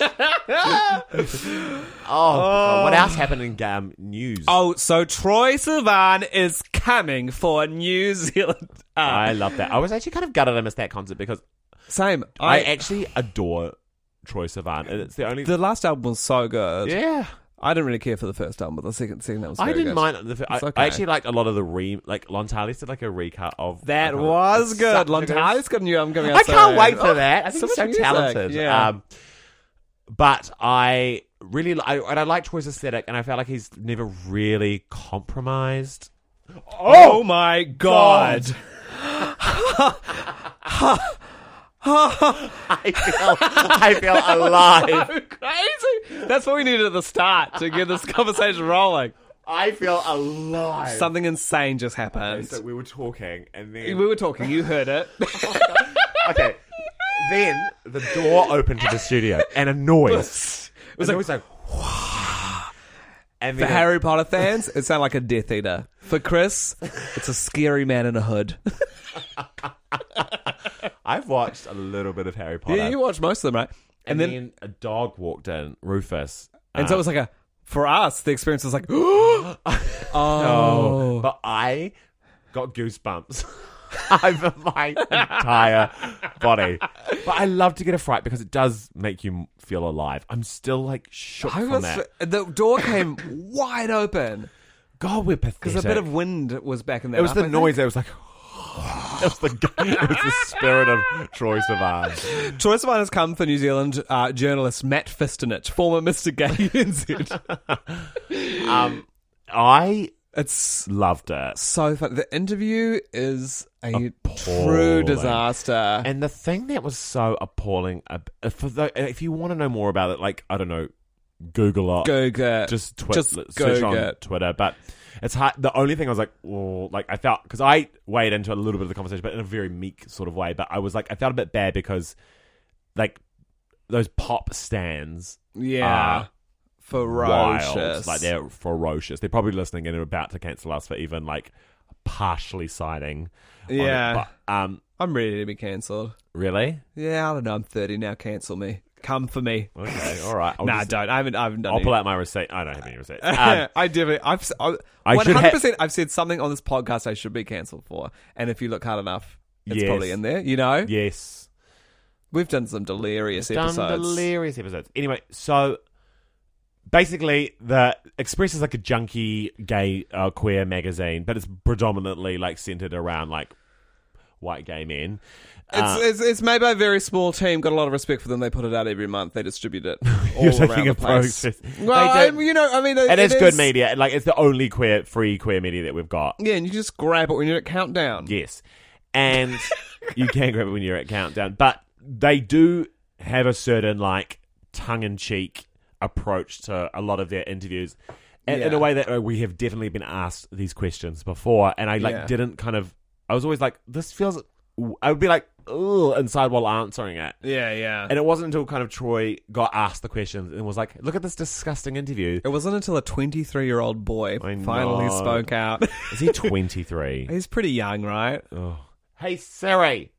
S2: oh, God, what else happened in um, news?
S1: Oh, so Troy Sivan is coming for New Zealand. Uh,
S2: I love that. I was actually kind of gutted I missed that concert because
S1: same.
S2: I,
S1: I,
S2: actually adore Troy Sivan, and it's the only.
S1: the last album was so good.
S2: yeah,
S1: I didn't really care for the first album, but the second thing that was.
S2: I
S1: very
S2: didn't
S1: good.
S2: mind. The, I,
S1: It's
S2: I
S1: okay.
S2: actually liked a lot of the re like Lontalis did like a recut of
S1: That
S2: I can't-
S1: was
S2: it's
S1: good.
S2: such a
S1: Lontali's got a new album coming out.
S2: I can't
S1: soon.
S2: wait for
S1: Oh,
S2: that. I think
S1: so
S2: he's so
S1: much music.
S2: talented.
S1: Yeah.
S2: Um, but I really li- I, and I liked Troy's aesthetic, and I felt like he's never really compromised.
S1: Oh, my god.
S2: I feel, I feel alive.
S1: Crazy. That's what we needed at the start to get this conversation rolling.
S2: I feel alive.
S1: Something insane just happened.
S2: So we were talking, and
S1: we
S2: then
S1: were talking. You heard it.
S2: okay, then the door opened to the studio, and a noise.
S1: it
S2: It
S1: was
S2: was
S1: like
S2: always like, and
S1: for
S2: then
S1: Harry Potter fans. It sounded like a Death Eater. For Chris, it's a scary man in a hood.
S2: I've watched a little bit of Harry Potter.
S1: yeah, you watched most of them, right?
S2: and,
S1: And, then,
S2: then, a dog walked in, Rufus.
S1: and so it was like a. For us, the experience was like,
S2: No,
S1: oh,
S2: Um, but I got goosebumps over my entire body. But I love to get a fright because it does make you feel alive. I'm still like shook
S1: I
S2: from
S1: was.
S2: that.
S1: The door came wide open
S2: God, we're pathetic.
S1: because a bit of wind was back in there.
S2: it was the noise. It was like. It was, the, it was the spirit of Troy Sivan.
S1: Troy Sivan has come for New Zealand uh, journalist Matt Fistinich, former Mr. Gay NZ.
S2: Um, I
S1: It's
S2: loved it.
S1: so fun. The interview is a true
S2: Appalling.
S1: disaster.
S2: And the thing that was so appalling, ab- for the, if you want to know more about it, like, I don't know, Google it.
S1: Google.
S2: just twi-
S1: Just
S2: search
S1: go
S2: on
S1: get-
S2: Twitter. But it's hard. The only thing I was like, oh, like I felt because I weighed into a little bit of the conversation, but in a very meek sort of way. But I was like, I felt a bit bad because like those pop stands
S1: yeah.
S2: are
S1: ferocious.
S2: wild. Like they're ferocious. They're probably listening and are about to cancel us for even like partially signing. on it.
S1: Yeah.
S2: But, um.
S1: I'm ready to be cancelled.
S2: Really?
S1: Yeah, I don't know. I'm 30 now. Cancel me. Come for me.
S2: Okay. All right. I'll
S1: nah,
S2: just-
S1: don't. I haven't, I haven't done
S2: I'll
S1: any-
S2: pull out my receipt. I don't have any receipts. Um,
S1: I definitely, I've, s- I,
S2: I should
S1: 100.
S2: ha-
S1: percent I've said something on this podcast I should be cancelled for, and if you look hard enough, it's
S2: Yes.
S1: probably in there. You know,
S2: yes.
S1: we've done some delirious
S2: Done
S1: episodes.
S2: delirious episodes. Anyway, so basically, the Express is like a junky gay uh, queer magazine, but it's predominantly like centered around like white gay men.
S1: It's,
S2: Uh,
S1: it's, it's made by a very small team. Got a lot of respect for them. They put it out every month. They distribute it all
S2: You're
S1: around
S2: taking
S1: the
S2: a
S1: place.
S2: process.
S1: Well,
S2: They do.
S1: I- you know, I mean, it,
S2: it is
S1: it
S2: good media. Like it's the only queer free queer media that we've got.
S1: Yeah, and you just grab it when you're at countdown.
S2: Yes. And you can grab it when you're at Countdown. But they do have a certain, like, tongue in cheek approach to a lot of their interviews. And in
S1: Yeah.
S2: a way that uh, we have definitely been asked these questions before. And I, like,
S1: Yeah.
S2: didn't kind of. I was always like, this feels. I would be like, ugh, inside while answering it.
S1: yeah, yeah.
S2: And it wasn't until kind of Troy got asked the questions and was like, look at this disgusting interview.
S1: it wasn't until a 23 year old boy
S2: I
S1: finally
S2: know.
S1: spoke out.
S2: Is he 23?
S1: He's pretty young, right?
S2: Oh. Hey Siri.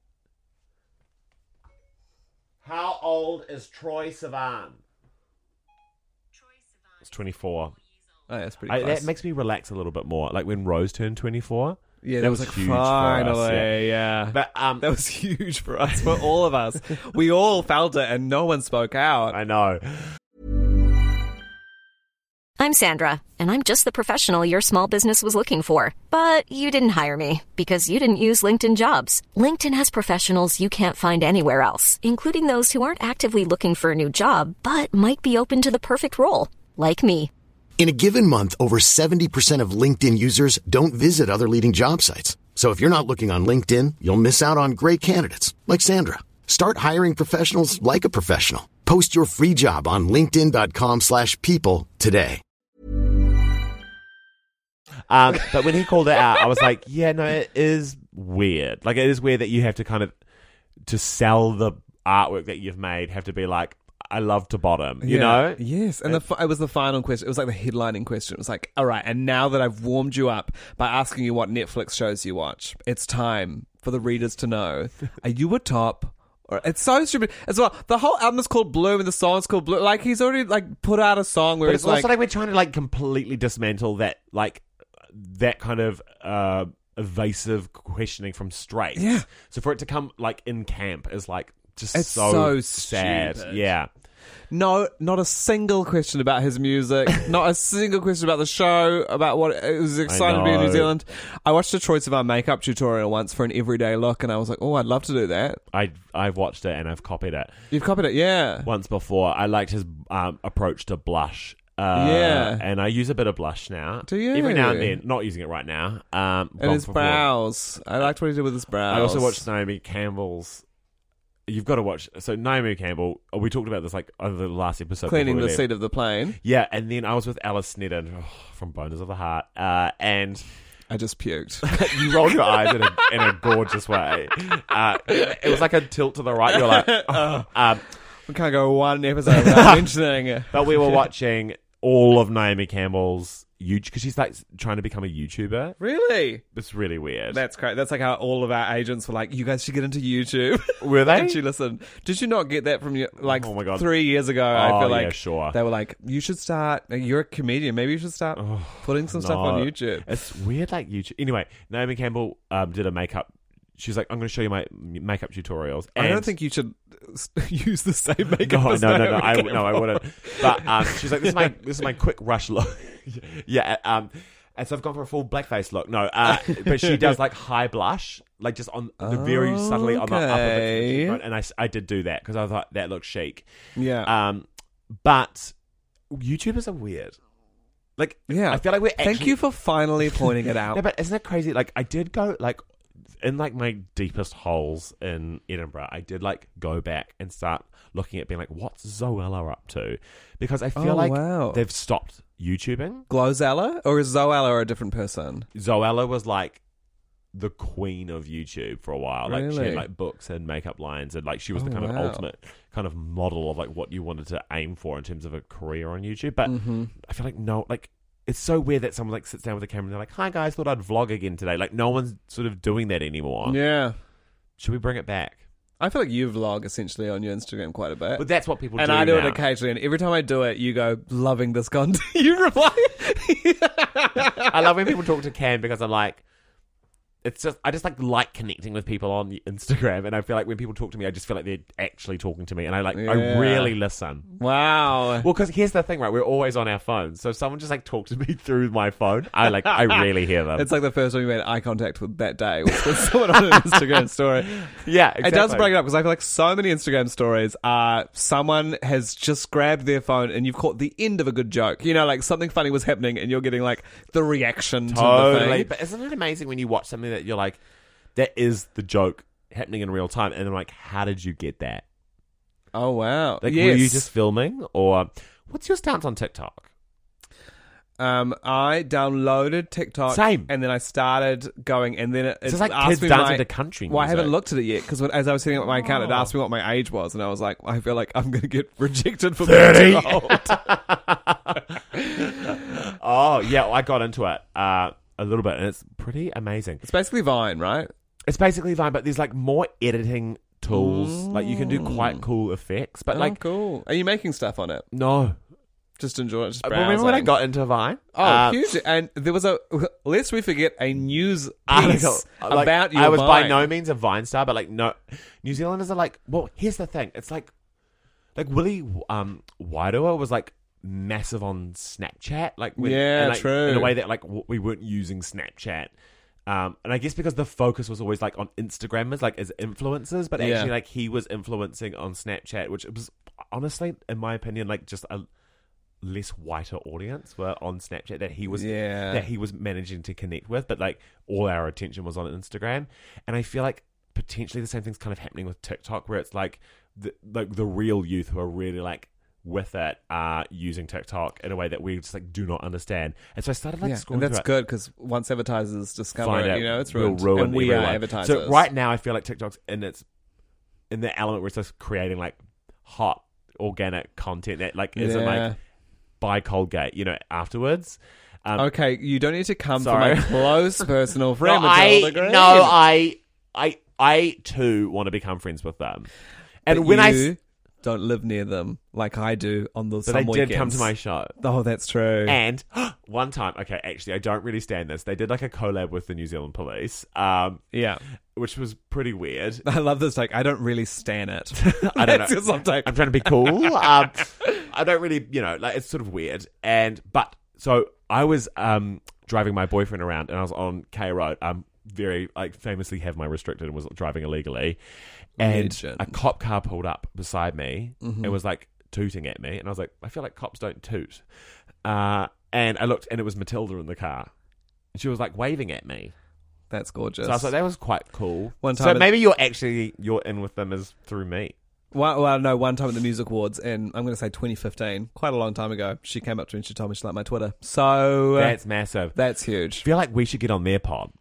S2: How old is Troy Sivan? It's 24.
S1: Oh, that's pretty.
S2: I,
S1: close.
S2: that makes me relax a little bit more. Like when Rose turned 24.
S1: yeah, that,
S2: that
S1: was,
S2: was
S1: like
S2: huge for us,
S1: finally,
S2: yeah.
S1: yeah.
S2: But um
S1: that was huge for us, for all of us. We all felt it, and no one spoke out.
S2: I know.
S4: I'm Sandra, and I'm just the professional your small business was looking for. But you didn't hire me because you didn't use LinkedIn jobs. LinkedIn has professionals you can't find anywhere else, including those who aren't actively looking for a new job but might be open to the perfect role, like me.
S5: In a given month, over 70% of LinkedIn users don't visit other leading job sites. So if you're not looking on LinkedIn, you'll miss out on great candidates like Sandra. Start hiring professionals like a professional. Post your free job on linkedin.com/people slash people today.
S2: Um, but when he called it out, I was like, yeah, no, it is weird. Like, it is weird that you have to kind of to sell the artwork that you've made, have to be like, I love to bottom, you
S1: Yeah.
S2: know?
S1: Yes, and the fi- it was the final question. It was like the headlining question. It was like, all right, and now that I've warmed you up by asking you what Netflix shows you watch, it's time for the readers to know: Are you a top? Or it's so stupid as well. The whole album is called Bloom, and the song's called Bloom. Like he's already like put out a song where
S2: But
S1: it's,
S2: it's also
S1: like,
S2: like we're trying to like completely dismantle that like that kind of uh evasive questioning from straight.
S1: Yeah.
S2: So for it to come like in camp is like just
S1: It's
S2: so,
S1: so
S2: sad.
S1: stupid.
S2: Yeah.
S1: no, not a single question about his music, not a single question about the show, about what it was exciting to be in New
S2: know.
S1: Zealand. I watched a Troy Sivan makeup tutorial once for an everyday look, and I was like, oh, I'd love to do that.
S2: I I've watched it and I've copied it
S1: You've copied it, yeah.
S2: once before. I liked his um, approach to blush. Uh,
S1: Yeah.
S2: and I use a bit of blush now.
S1: Do you?
S2: every now and then? Not using it right now. Um,
S1: And
S2: gone
S1: his
S2: for more.
S1: brows. I liked what he did with his brows.
S2: I also watched Naomi Campbell's. You've got to watch. So Naomi Campbell. uh, We talked about this like over the last episode.
S1: cleaning
S2: before
S1: the
S2: we left.
S1: seat of the plane.
S2: Yeah, and then I was with Alice Sneddon oh, from Boners of the Heart, uh, and
S1: I just puked.
S2: you rolled your eyes in a, in a gorgeous way. Uh, it was like a tilt to the right. You're like, oh. um,
S1: we can't go one episode without mentioning it.
S2: but we were watching all of Naomi Campbell's YouTube because she's like trying to become a YouTuber.
S1: Really?
S2: It's really weird.
S1: That's great. That's like how all of our agents were like, "You guys should get into YouTube."
S2: Were they?
S1: and she listened. Did you not get that from your like?
S2: Oh my God.
S1: Three years ago,
S2: Oh,
S1: I feel
S2: yeah,
S1: like
S2: sure.
S1: they were like, "You should start. You're a comedian. Maybe you should start putting some stuff on
S2: No.
S1: YouTube."
S2: It's weird, like YouTube. Anyway, Naomi Campbell um, did a makeup. She's like, I'm going to show you my makeup tutorials.
S1: I don't
S2: And-
S1: think you should use the same makeup.
S2: No, no,
S1: as
S2: no, no,
S1: Naomi
S2: I,
S1: Campbell.
S2: no, I wouldn't. But um, she's like, this is my this is my quick rush look. yeah, um, and so I've gone for a full blackface look. No, uh, but she does like high blush, like just on the very subtly on the upper of the
S1: Okay.
S2: cheekbone, and I, s- I did do that because I thought that looked chic.
S1: Yeah.
S2: Um, but YouTubers are weird. Like,
S1: Yeah.
S2: I feel like we're.
S1: Thank
S2: actually-
S1: you for finally pointing it out.
S2: No, but isn't it crazy? Like, I did go like in like my deepest holes in Edinburgh. I did like go back and start looking at being like, what's Zoella up to? Because I feel
S1: Oh,
S2: like
S1: wow.
S2: they've stopped YouTubing.
S1: Glozella or is Zoella a different person?
S2: Zoella was like the queen of YouTube for a while. Like she had
S1: Really?
S2: like books and makeup lines and like she was the
S1: Oh,
S2: kind
S1: wow.
S2: of ultimate kind of model of like what you wanted to aim for in terms of a career on YouTube. But
S1: Mm-hmm.
S2: I feel like no like it's so weird that someone like sits down with a camera and they're like, Hi guys, thought I'd vlog again today. Like no one's sort of doing that anymore.
S1: Yeah.
S2: Should we bring it back?
S1: I feel like you vlog essentially on your Instagram quite a bit.
S2: But that's what people
S1: and
S2: do.
S1: I do it
S2: now.
S1: occasionally, and every time I do it, you go, loving this content. you reply.
S2: I love when people talk to Cam because I'm like, it's just I just like like connecting with people on Instagram, and I feel like when people talk to me, I just feel like they're actually talking to me, and I like I
S1: Yeah.
S2: really listen.
S1: wow.
S2: Well, because here's the thing, right? We're always on our phones, so if someone just like talks to me through my phone, I like I really hear them.
S1: It's like the first time you made eye contact with that day was with someone on an Instagram story.
S2: yeah, exactly.
S1: It does break it up because I feel like so many Instagram stories are someone has just grabbed their phone and you've caught the end of a good joke. You know, like something funny was happening and you're getting like the reaction to the
S2: totally.
S1: thing.
S2: But isn't it amazing when you watch something that you're like, that is the joke happening in real time, and I'm like, how did you get that?
S1: Oh wow!
S2: Like,
S1: yes.
S2: were you just filming, or what's your stance on TikTok?
S1: Um, I downloaded TikTok,
S2: Same.
S1: and then I started going, and then it,
S2: It's
S1: it
S2: like
S1: asked
S2: kids
S1: me
S2: dancing
S1: my-
S2: to country
S1: Well, I haven't
S2: music. Oh.
S1: looked at it yet because as I was setting up my account, it asked me what my age was, and I was like, I feel like I'm going to get rejected for being too old.
S2: oh yeah, well, I got into it uh, a little bit, and it's pretty amazing.
S1: It's basically Vine, right?
S2: It's basically Vine, but there's like more editing tools. Like you can do quite
S1: Mm.
S2: cool effects, but
S1: Like,
S2: like
S1: cool. Are you making stuff on it?
S2: no.
S1: Just enjoy it. Just
S2: But Uh, remember when I
S1: browsing.
S2: got into Vine?
S1: Oh,
S2: Uh,
S1: huge! And there was a lest we forget a news piece
S2: article Like,
S1: about your
S2: I was by
S1: Vine.
S2: no means a Vine star, but like no, New Zealanders are like. Well, here's the thing. It's like like Willie um Widerer was like massive on Snapchat, like when,
S1: Yeah,
S2: and, like,
S1: true.
S2: in a way that like w- we weren't using Snapchat. Um, and I guess because the focus was always like on Instagrammers, like as influencers, but actually
S1: Yeah.
S2: like he was influencing on Snapchat, which was honestly, in my opinion, like just a less whiter audience were on Snapchat that he was
S1: Yeah.
S2: that he was managing to connect with, but like all our attention was on Instagram, and I feel like potentially the same thing's kind of happening with TikTok, where it's like the, like the real youth who are really like with it are using TikTok in a way that we just like do not understand, and so I started like
S1: yeah,
S2: scrolling
S1: and that's
S2: through it
S1: good because once advertisers discover
S2: find
S1: it,
S2: out
S1: you know, it's
S2: will
S1: ruined.
S2: ruin
S1: and we
S2: everyone.
S1: are advertisers.
S2: So right now, I feel like TikTok's in its in the element where it's just creating like hot organic content that like isn't
S1: Yeah.
S2: like by Colgate, you know, afterwards. Um,
S1: Okay, you don't need to come
S2: Sorry.
S1: for my close personal
S2: no,
S1: friend.
S2: I
S1: Matilda Green.
S2: no, I I I too want to become friends with them. And
S1: But
S2: when I
S1: you
S2: s-
S1: don't live near them like I do on the
S2: but
S1: some
S2: they did come
S1: weekends.
S2: to my show.
S1: Oh, that's true.
S2: And one time, okay, actually, I don't really stand this. They did like a collab with the New Zealand Police, um,
S1: yeah,
S2: which was pretty weird.
S1: I love this. Like, I don't really stand it.
S2: I don't know.
S1: That's your subtitle.
S2: I'm trying to be cool. um, I don't really, you know, like it's sort of weird. And but so I was um, driving my boyfriend around, and I was on K Road. Um, very like famously have my restricted and was driving illegally, and
S1: Legend.
S2: a cop car pulled up beside me
S1: Mm-hmm.
S2: and was like tooting at me, and I was like, I feel like cops don't toot. Uh, and I looked, and it was Matilda in the car. And She was like waving at me,
S1: That's gorgeous.
S2: so I was like, "That was quite cool."
S1: One
S2: so
S1: time-
S2: maybe you're actually you're in with them is through me.
S1: Well, well, no, one time at the Music Awards, and I'm going to say 2015, quite a long time ago, she came up to me and she told me she liked my Twitter. So uh,
S2: That's massive.
S1: that's
S2: I
S1: huge.
S2: feel like we should get on their pod.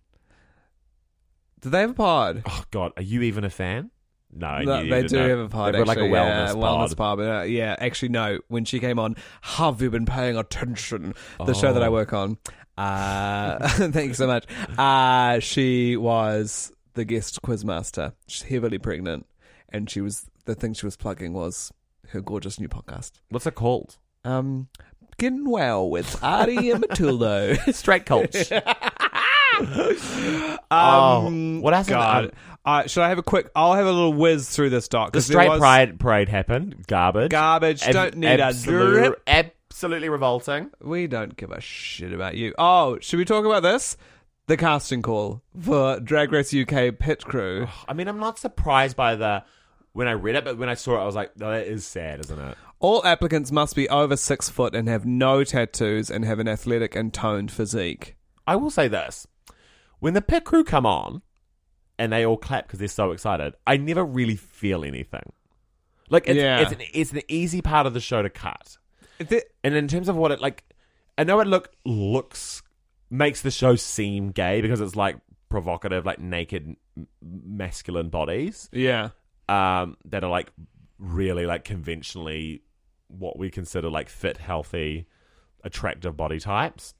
S1: Do they have a pod?
S2: Oh God, are you even a fan? No,
S1: No,
S2: you
S1: they
S2: didn't
S1: do
S2: know.
S1: have a pod.
S2: They've got
S1: actually,
S2: like a wellness,
S1: yeah,
S2: pod.
S1: wellness pod. But, uh, yeah, actually, no. When she came on, have you been paying attention? The show
S6: Oh.
S1: that I work on. Uh, thank you so much. Uh, she was the guest quizmaster. She's heavily pregnant, and she was the thing she was plugging was her gorgeous new podcast.
S2: What's it called?
S1: Um, getting well with Artie and Matilda.
S2: Straight cults.
S6: Um,
S2: Oh, what else is
S6: God.
S2: that?
S6: Uh, should I have a quick? I'll have a little whiz through this doc.
S2: the
S6: 'cause there
S2: straight
S6: was
S2: pride parade happened. Garbage.
S6: garbage.
S2: Ab-
S6: don't need a
S2: absolute-
S6: drip.
S2: Absolutely revolting.
S1: we don't give a shit about you. Oh, should we talk about this? The casting call for Drag Race UK pit crew.
S2: I mean, I'm not surprised by the when I read it, but when I saw it, I was like, "No, that is sad, isn't it?"
S1: All applicants must be over six foot and have no tattoos and have an athletic and toned physique.
S2: I will say this: when the pit crew come on and they all clap because they're so excited, I never really feel anything. Like it's
S1: Yeah.
S2: it's, an, it's an easy part of the show to cut.
S1: Th-
S2: And in terms of what it like, I know it look looks makes the show seem gay because it's like provocative, like naked m- masculine bodies
S1: yeah.
S2: um, that are like really like conventionally what we consider like fit, healthy, attractive body types.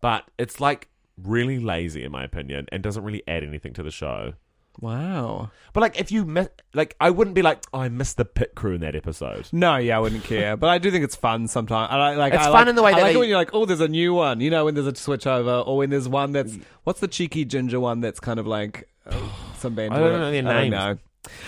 S2: But it's like really lazy in my opinion and doesn't really add anything to the show.
S1: Wow.
S2: But like if you miss, like I wouldn't be like oh, I missed the pit crew in that episode.
S1: No, yeah, I wouldn't care, but I do think it's fun sometimes. I like, like
S2: It's
S1: I
S2: fun
S1: like-
S2: in the way
S1: I
S2: that
S1: like it
S2: they-
S1: when you're like, oh, there's a new one. You know, when there's a switch over, or when there's one that's what's the cheeky ginger one that's kind of like uh, some band.
S2: I don't know their
S1: I don't
S2: names.
S1: know.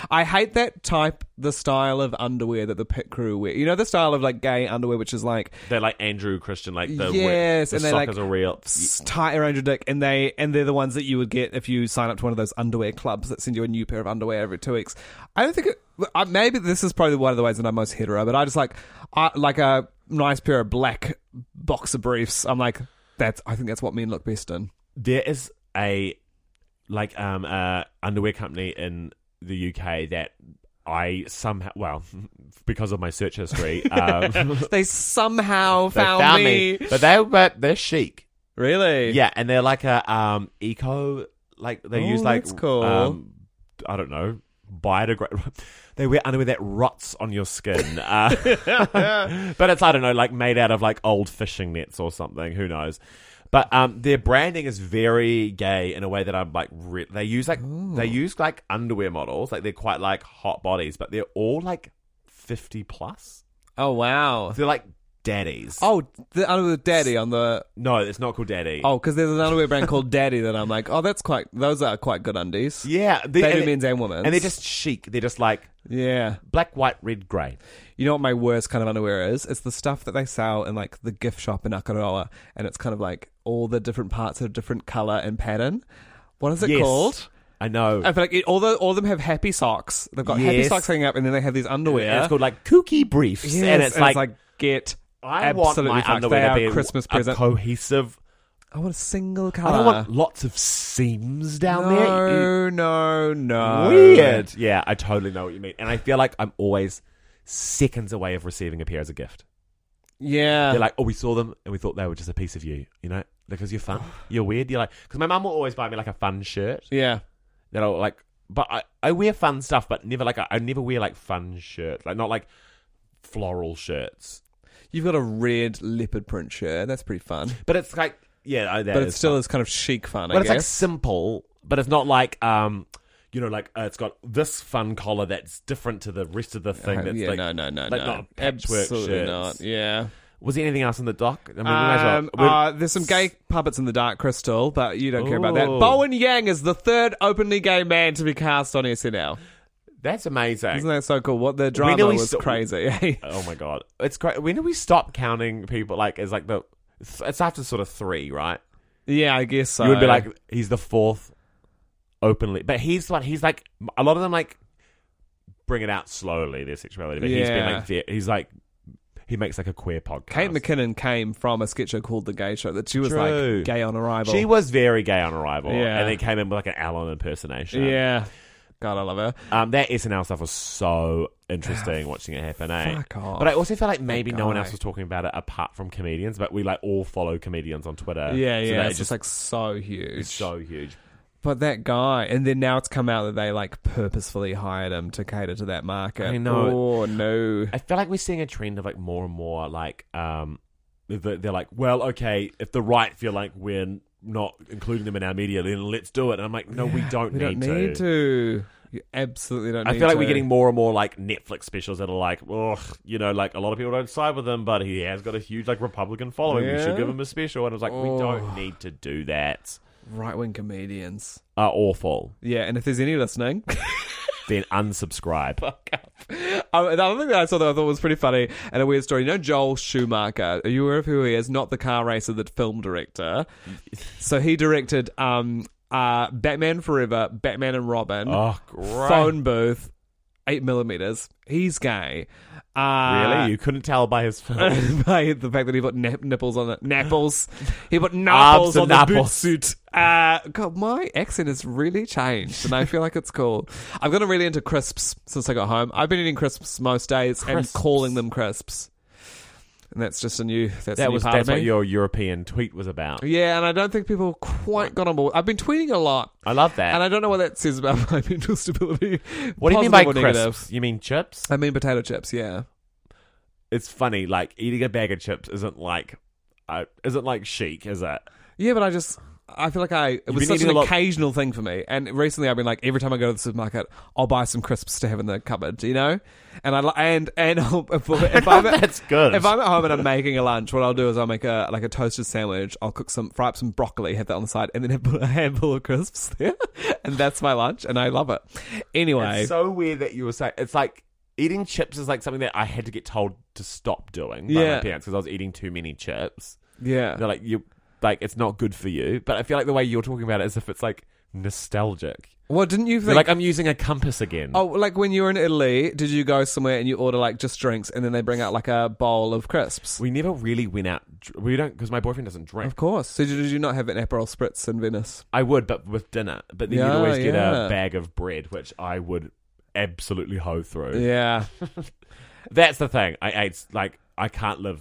S1: I hate that type, the style of underwear that the pit crew wear. You know, the style of like gay underwear, which is like
S2: They're like Andrew Christian, like the
S1: Yes,
S2: the
S1: and they, like,
S2: sockers are real.
S1: s- tight around your dick, and they and they're the ones that you would get if you sign up to one of those underwear clubs that send you a new pair of underwear every two weeks. I don't think it, I, maybe this is probably one of the ways that I'm most hetero, but I just like I, like a nice pair of black boxer briefs. I'm like that's I think that's what men look best in.
S2: There is a like um uh underwear company in the UK that I somehow well because of my search history um, they
S1: They somehow found, me.
S2: but they but they're chic.
S1: Really?
S2: Yeah, and they're like a um eco like they
S1: Oh,
S2: use like
S1: that's cool.
S2: um I don't know biodegradable. They wear underwear that rots on your skin, uh, but it's I don't know, like made out of like old fishing nets or something. Who knows? But um, their branding is very gay in a way that I'm like. Re- they use like
S1: Oh.
S2: they use like underwear models, like they're quite like hot bodies, but they're all like fifty plus.
S1: Oh wow.
S2: They're like Daddies.
S1: Oh, the underwear with daddy on the
S2: No, it's not called Daddy.
S1: oh, because there's an underwear brand called Daddy that I'm like, oh, that's quite. Those are quite good undies.
S2: yeah,
S1: They do
S2: and
S1: men's and women's.
S2: and they're just chic. They're just like
S1: yeah.
S2: black, white, red, grey.
S1: You know what my worst kind of underwear is? It's the stuff that they sell in like the gift shop in Akaroa, and it's kind of like all the different parts of different color and pattern. What is it
S2: Yes.
S1: called?
S2: I know.
S1: I feel like it, all the all of them have happy socks. They've got happy
S2: Yes.
S1: socks hanging up, and then they have these underwear.
S2: And it's called like kooky briefs,
S1: Yes,
S2: and it's like,
S1: get.
S2: I want
S1: absolutely
S2: my
S1: fucked.
S2: underwear
S1: They
S2: to
S1: are
S2: be
S1: a Christmas
S2: a
S1: present.
S2: cohesive.
S1: I want a single color.
S2: I don't want lots of seams down there.
S1: no, no, no.
S2: Weird. Yeah, I totally know what you mean, and I feel like I'm always seconds away of receiving a pair as a gift.
S1: Yeah.
S2: They're like, oh, we saw them and we thought they were just a piece of you, you know, because you're fun, you're weird. You're like, because my mum will always buy me like a fun shirt
S1: yeah.
S2: that I'll like, but I, I wear fun stuff, but never like, I, I never wear like fun shirts, like not like floral shirts,
S1: You've got a red leopard print shirt. That's pretty fun.
S2: but it's like, yeah, I- that
S1: but it
S2: is
S1: still
S2: fun.
S1: is kind of chic fun,
S2: but
S1: I
S2: it's like
S1: guess.
S2: simple, but it's not like, um, you know, like uh, it's got this fun collar that's different to the rest of the thing.
S1: Uh,
S2: That's
S1: yeah,
S2: like,
S1: no, no, no,
S2: like
S1: no.
S2: not a patchwork
S1: Absolutely not.
S2: shirts.
S1: Yeah.
S2: Was there anything else in the doc? I mean, we might as well-
S1: Um,
S2: we're-
S1: uh, there's some gay puppets in the Dark Crystal, but you don't care about that.
S2: Ooh.
S1: Bowen Yang is the third openly gay man to be cast on SNL.
S2: that's amazing.
S1: Isn't that so cool? What the drama
S2: know he
S1: was
S2: saw-
S1: crazy.
S2: Oh my god, it's great. When do we stop counting people? Like, it's like the it's after sort of three, right?
S1: yeah, I guess so.
S2: You would be like, he's the fourth openly, but he's what he's like. A lot of them like bring it out slowly their sexuality, but he's been
S1: Yeah.
S2: like, ve- he's like, he makes like a queer podcast.
S1: Kate McKinnon came from a sketch show called The Gay Show that she was
S2: True.
S1: like gay on arrival.
S2: She was very gay on arrival,
S1: Yeah.
S2: and then came in with like an Alan impersonation.
S1: yeah. God, I love her.
S2: um, that SNL stuff was so interesting watching it happen. Eh?
S1: Fuck off.
S2: But I also feel like maybe no one
S1: guy.
S2: else was talking about it apart from comedians, but we like all follow comedians on Twitter.
S1: yeah,
S2: So
S1: yeah.
S2: that
S1: it's just like so huge.
S2: it's so huge.
S1: But that guy, and then now it's come out that they like purposefully hired him to cater to that market.
S2: I know.
S1: Oh no.
S2: I feel like we're seeing a trend of like more and more like um th- they're like, well, okay, if the right feel like we're not including them in our media, then let's do it. And I'm like, no, we don't
S1: We
S2: need
S1: don't need to. You absolutely don't.
S2: I
S1: need
S2: feel like
S1: to.
S2: we're getting more and more like Netflix specials that are like, ugh, you know, like a lot of people don't side with him, but he has got a huge like Republican following. We should
S1: Yeah.
S2: give him a special. And I was like, we
S1: Oh.
S2: don't need to do that.
S1: right-wing comedians.
S2: Are awful.
S1: Yeah, and if there's any listening,
S2: Then unsubscribe.
S1: I, Um, the other thing that I saw that I thought was pretty funny and a weird story. You know Joel Schumacher. Are you aware of who he is? Not the car racer, the film director. so he directed um, uh, Batman Forever, Batman and Robin,
S2: oh, great.
S1: Phone Booth, Eight Millimeters. He's gay. Uh,
S2: Really? You couldn't tell by his film.
S1: by the fact that he put nap- nipples on it. Napples. He put nipples
S2: and
S1: on the boot
S2: apples.
S1: suit. Uh, God, my accent has really changed, and I feel like it's cool. I've gotten really into crisps since I got home. I've been eating crisps most days and
S2: Crisps.
S1: calling them crisps. And that's just a new. That's a
S2: that
S1: new
S2: was
S1: part
S2: that's
S1: of
S2: what
S1: me.
S2: your European tweet was about.
S1: yeah, and I don't think people quite got on board. I've been tweeting a lot,
S2: I love that.
S1: and I don't know what that says about my mental stability.
S2: What do you mean by
S1: Positive or
S2: crisps?
S1: negative.
S2: You mean chips?
S1: I mean potato chips. Yeah.
S2: It's funny, like eating a bag of chips isn't like, uh, isn't like chic, is it?
S1: Yeah, but I just I feel like I it was
S2: been
S1: such
S2: eating
S1: an
S2: a lot-
S1: occasional thing for me. And recently, I've been like every time I go to the supermarket, I'll buy some crisps to have in the cupboard, you know. And I li- and and I'll, if, if I'm at,
S2: That's good.
S1: If I'm at home and I'm making a lunch, what I'll do is I'll make a like a toasted sandwich. I'll cook some, fry up some broccoli, have that on the side, and then have a handful of crisps there, and that's my lunch, and I love it. Anyway,
S2: It's so weird that you were saying it's like eating chips is like something that I had to get told to stop doing by my
S1: Yeah.
S2: parents because I was eating too many chips.
S1: yeah,
S2: They're like you, like it's not good for you. But I feel like the way you're talking about it is if it's like nostalgic.
S1: well, didn't you
S2: You're
S1: think?
S2: like "Oh." I'm using a compass again.
S1: Oh, like when you were in Italy, did you go somewhere and you order like just drinks, and then they bring out like a bowl of crisps?
S2: we never really went out. dr- We don't because my boyfriend doesn't drink.
S1: Of course. So did you not have an Aperol Spritz in Venice?
S2: I would, but with dinner. But then you'd
S1: Yeah,
S2: always get a
S1: yeah.
S2: bag of bread, which I would absolutely hoe through.
S1: Yeah.
S2: That's the thing. I ate like I can't live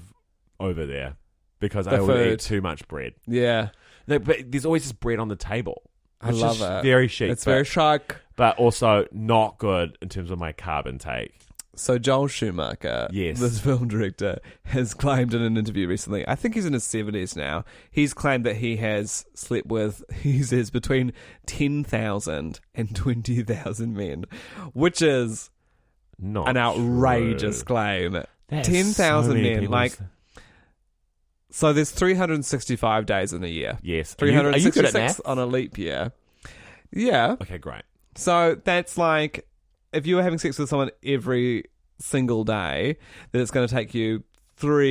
S2: over there because I
S1: The
S2: would
S1: food.
S2: eat too much bread.
S1: Yeah.
S2: No, but there's always just bread on the table.
S1: I
S2: It's
S1: love
S2: just
S1: it.
S2: Very chic.
S1: It's
S2: but,
S1: very shark.
S2: but also not good in terms of my carb intake.
S1: So Joel Schumacher,
S2: Yes.
S1: this film director, has claimed in an interview recently, I think he's in his seventies now. He's claimed that he has slept with he says between 10,000 and 20,000 men, which is
S2: Not
S1: an outrageous
S2: true.
S1: claim.
S2: That is
S1: Ten thousand
S2: so many
S1: men,
S2: people's-
S1: like So there's 365 days in a year.
S2: Yes. Are you- are you good at
S1: 366 on a leap year. Yeah.
S2: Okay, great.
S1: So that's like if you were having sex with someone every single day, then it's going to take you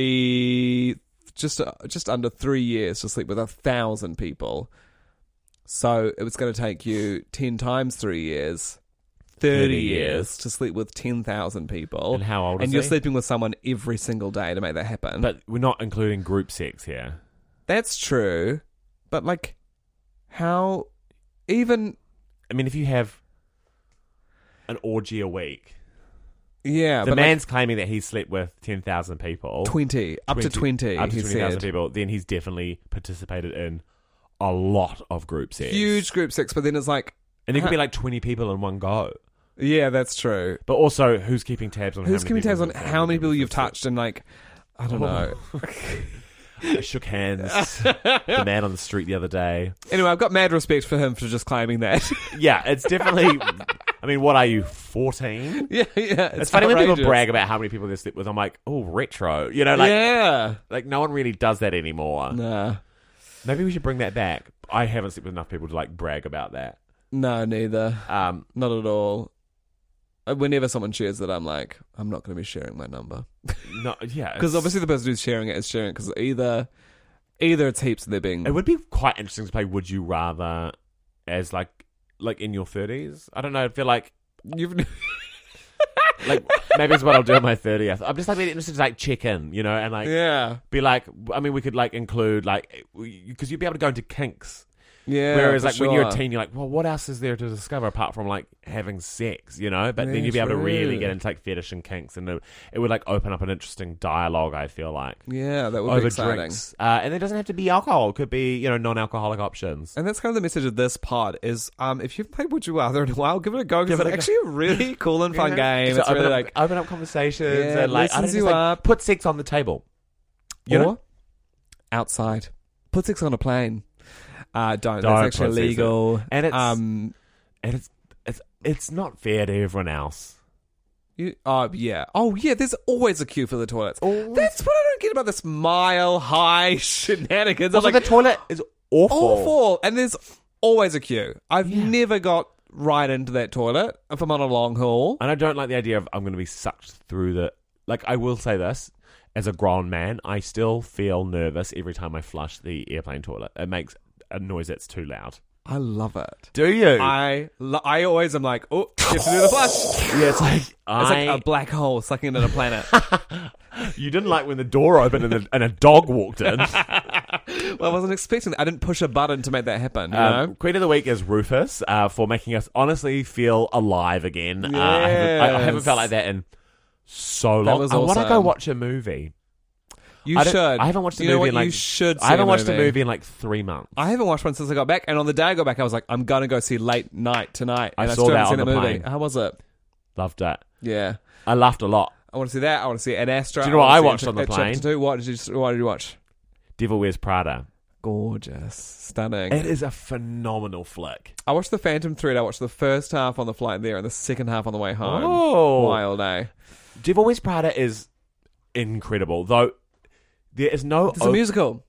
S1: three, just just under three years to sleep with a thousand people. So it was going to take you ten times three years. 30,
S2: 30
S1: years,
S2: years.
S1: to sleep with 10,000 people.
S2: And how old
S1: And
S2: is
S1: you're
S2: he?
S1: sleeping with someone every single day to make that happen.
S2: But we're not including group sex here.
S1: That's true. But like how even
S2: I mean, if you have an orgy a week,
S1: yeah,
S2: the
S1: Uh, but like,
S2: man's claiming that he slept with 10,000 people.
S1: 20 up to 20
S2: Up to
S1: he
S2: 20,000
S1: said.
S2: people. Then he's definitely participated in a lot of group sex.
S1: huge Uh-huh. group sex but then it's like
S2: And there could be like 20 people in one go.
S1: yeah that's true
S2: But also, who's keeping tabs on
S1: who's
S2: how
S1: keeping
S2: many
S1: tabs on
S2: people
S1: how many people you've touched and like i
S2: Oh.
S1: don't know
S2: I shook hands. the man on the street the other day.
S1: anyway i've got mad respect for him for just claiming that
S2: Yeah, it's definitely. I mean, what are you, 14?
S1: yeah yeah
S2: It's, funny when people
S1: outrageous.
S2: brag about how many people they slept with. I'm like, oh, retro. You know, like,
S1: yeah
S2: like no one really does that anymore.
S1: nah
S2: Maybe we should bring that back. I haven't slept with enough people to like brag about that.
S1: no neither
S2: Um,
S1: not at all Uh, whenever someone shares it i'm like i'm not going to be sharing my number
S2: no, yeah,
S1: because
S2: it's-
S1: obviously the person who's sharing it is sharing it because either either it's heaps and they're being
S2: it would be quite interesting to play. Would you rather as like like in your thirties? I don't know. I feel like
S1: You've-
S2: like maybe it's what I'll do at my thirtieth. I'm just like really interested to like check in, you know, and like
S1: yeah
S2: be like. I mean, we could like include like because you'd be able to go into kinks.
S1: yeah
S2: Whereas,
S1: for
S2: like when you're a
S1: sure.
S2: teen, you're like, well, what else is there to discover apart from like having sex, you know? But then
S1: Yeah,
S2: you'd be able to really
S1: true.
S2: get into like fetish and kinks, and it, it would like open up an interesting dialogue. I feel like
S1: yeah that would be
S2: over
S1: exciting
S2: drinks, uh, and it doesn't have to be alcohol. It could be you know non-alcoholic options.
S1: And that's kind of the message of this pod is um, if you've played Would You Rather in a while, give it a go because
S2: Give
S1: it's
S2: it a go.
S1: actually a really cool and fun
S2: You know?
S1: game.
S2: So
S1: It's
S2: open
S1: really
S2: up,
S1: like
S2: open up conversations
S1: Yeah,
S2: and like I don't
S1: listens
S2: know,
S1: you
S2: just, like,
S1: up.
S2: put sex on the table. You
S1: or
S2: know?
S1: outside. Put sex on a plane. Uh, don't.
S2: Don't
S1: that's
S2: put
S1: actually
S2: sex on-
S1: illegal.
S2: And it's-
S1: um,
S2: and it's it's it's not fair to everyone else.
S1: you, oh yeah. Oh yeah. There's always a queue for the toilets.
S2: Always.
S1: That's what I don't get about this mile high shenanigans. I'm
S2: Also,
S1: like
S2: the toilet is awful.
S1: awful, and there's always a queue. I've
S2: Yeah.
S1: never got right into that toilet if I'm on a long haul.
S2: And I don't like the idea of I'm going to be sucked through the. Like, I will say this as a grown man, I still feel nervous every time I flush the airplane toilet. It makes a noise that's too loud.
S1: I love it.
S2: Do you?
S1: I lo- I always am like, oh, you have to do the flush.
S2: yeah, it's like.
S1: It's
S2: I,
S1: like a black hole sucking in a planet.
S2: you didn't like when the door opened and, the, and a dog walked in. Um,
S1: well, I wasn't expecting that. I didn't push a button to make that happen. You
S2: Um,
S1: know?
S2: Queen of the Week is Rufus uh, for making us honestly feel alive again. Uh, I, haven't, I- I haven't
S1: Yes.
S2: felt like that in so long.
S1: That was
S2: I want to go
S1: awesome.
S2: watch a movie.
S1: You
S2: I don't-
S1: should.
S2: I haven't watched a
S1: you know
S2: movie
S1: what?
S2: in like.
S1: you should.
S2: I haven't
S1: see
S2: watched a movie in like three months.
S1: I haven't watched one since I got back. And on the day I got back, I was like, I'm gonna go see Late Night tonight.
S2: I
S1: And I,
S2: saw
S1: still
S2: that
S1: haven't seen
S2: on
S1: that
S2: the
S1: movie.
S2: plane.
S1: How was it?
S2: Loved it.
S1: Yeah,
S2: I laughed a lot.
S1: I want to see that. I want to see Ad Astra.
S2: Do you know what
S1: wanna
S2: I
S1: see
S2: watched
S1: Ch-
S2: on the
S1: Chapter
S2: plane?
S1: Two. What did you? What did you watch?
S2: Devil Wears Prada.
S1: Gorgeous, stunning.
S2: It is a phenomenal flick.
S1: I watched the Phantom Thread. I watched the first half on the flight there and the second half on the way home.
S2: Oh.
S1: wild, eh?
S2: Devil Wears Prada is incredible, though. There is no.
S1: It's a musical.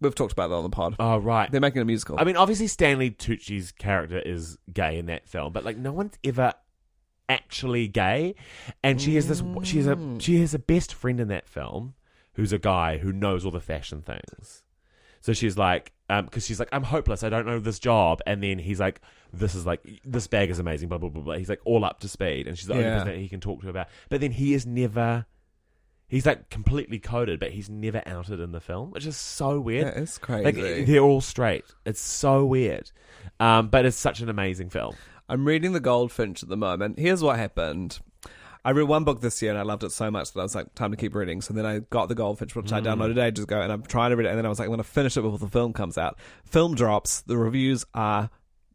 S1: We've talked about that on the pod.
S2: Oh right.
S1: They're making a musical.
S2: I mean, obviously Stanley Tucci's character is gay in that film, but like no one's ever actually gay, and she is this. She is a.
S1: Mm.
S2: She has a best friend in that film, who's a guy who knows all the fashion things. So she's like, um, because she's like, I'm hopeless. I don't know this job. And then he's like, this is like, this bag is amazing. Blah blah blah blah. He's like all up to speed, and she's the only
S1: Yeah.
S2: person that he can talk to about. But then he is never. He's like completely coded, but he's never outed in the film, which is so weird.
S1: That is crazy.
S2: Like they're all straight. It's so weird, um, but it's such an amazing film.
S1: I'm reading The Goldfinch at the moment. Here's what happened. I read one book this year and I loved it so much that I was like, time to keep reading. So then I got The Goldfinch, which
S2: Mm.
S1: I downloaded ages ago, and I'm trying to read it. And then I was like, I'm going to finish it before the film comes out. Film drops. The reviews are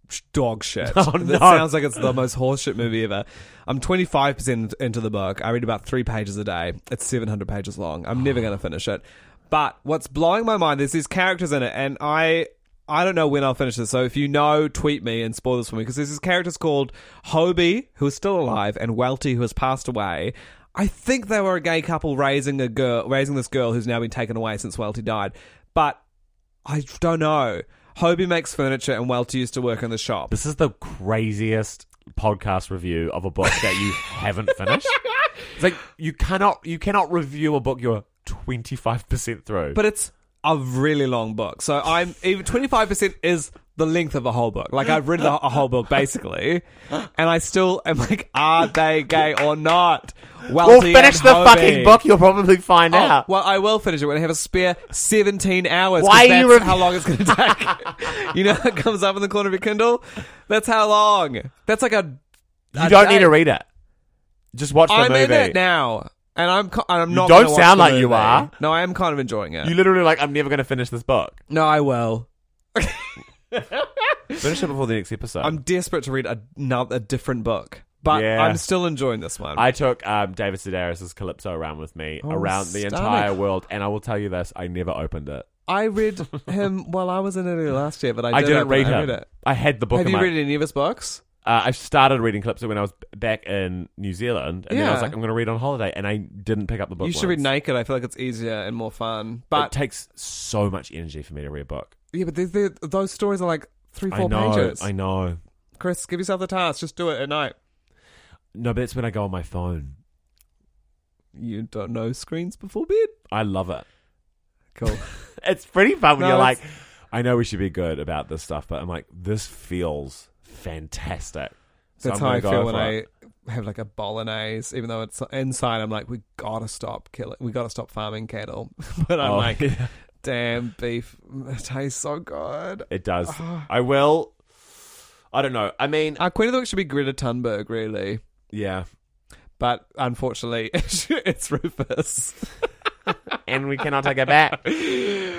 S1: sh- dog shit.
S2: Oh,
S1: That
S2: no.
S1: sounds like it's the most horseshit movie ever. I'm 25% into the book. I read about three pages a day. It's 700 pages long. I'm never going to finish it. But what's blowing my mind, there's these characters in it, and I. I don't know when I'll finish this, so if you know, tweet me and spoil this for me because there's these characters called Hobie, who is still alive, and Welty, who has passed away. I think they were a gay couple raising a girl, raising this girl who's now been taken away since Welty died. But I don't know. Hobie makes furniture, and Welty used to work in the shop.
S2: This is the craziest podcast review of a book that you haven't finished. It's like you cannot you cannot review a book you're twenty five percent through.
S1: But it's a really long book, so I'm even twenty five percent is the length of a whole book. Like I've read the, a whole book basically, and I still am like, are they gay or not?
S2: we'll
S1: Welty
S2: finish
S1: and
S2: the
S1: Hobie.
S2: fucking book. You'll probably find
S1: Oh,
S2: out.
S1: well, I will finish it when I have a spare 17 hours. 'cause
S2: Why are you
S1: that's
S2: rev-
S1: how long it's going to take? you know, it comes up in the corner of your Kindle. That's how long. That's like a.
S2: You don't need to read it. Just watch the
S1: I'm
S2: movie.
S1: in it now, and I'm. co- and I'm
S2: You
S1: not.
S2: don't
S1: gonna watch
S2: sound
S1: the
S2: like you
S1: movie.
S2: are.
S1: No, I am kind of enjoying it.
S2: You literally like I'm never going to finish this book.
S1: no, I will.
S2: Finish it before the next episode.
S1: I'm desperate to read another a different book, but
S2: Yeah.
S1: I'm still enjoying this one.
S2: I took um, David Sedaris's Calypso around with me
S1: Oh,
S2: around the
S1: stunning.
S2: entire world, and I will tell you this: I never opened it.
S1: I read him while I was in Italy last year, but I,
S2: I,
S1: did
S2: didn't
S1: open
S2: read
S1: it. I
S2: him.
S1: read it.
S2: I had the book.
S1: Have
S2: in
S1: you
S2: my,
S1: read any of his books?
S2: Uh, I started reading Calypso when I was back in New Zealand, and then I was
S1: Yeah.
S2: like, I'm going to read on holiday, and I didn't pick up the book.
S1: You should read
S2: once.
S1: Naked. I feel like it's easier and more fun.
S2: it
S1: But
S2: takes so much energy for me to read a book.
S1: Yeah, but they they those stories are like three,
S2: I
S1: four
S2: know.
S1: pages.
S2: I know.
S1: Chris, give yourself the task. Just do it at night.
S2: No, but that's when I go on my phone.
S1: You don't know screens before bed.
S2: I love it.
S1: Cool.
S2: It's pretty fun when
S1: No,
S2: you're like,
S1: it's-
S2: I know we should be good about this stuff, but I'm like, this feels fantastic. So
S1: That's
S2: I'm
S1: how I
S2: gonna
S1: feel
S2: go
S1: when
S2: for it.
S1: I have like a bolognese, even though it's inside. I'm like, we gotta stop killing. We gotta stop farming cattle. but I'm
S2: Oh,
S1: like,
S2: yeah.
S1: damn, beef it tastes so good.
S2: It does. I will. I don't know. I mean,
S1: Our Uh, queen of the week should be Greta Thunberg, really.
S2: yeah.
S1: But unfortunately, it's Rufus.
S2: and we cannot take it back.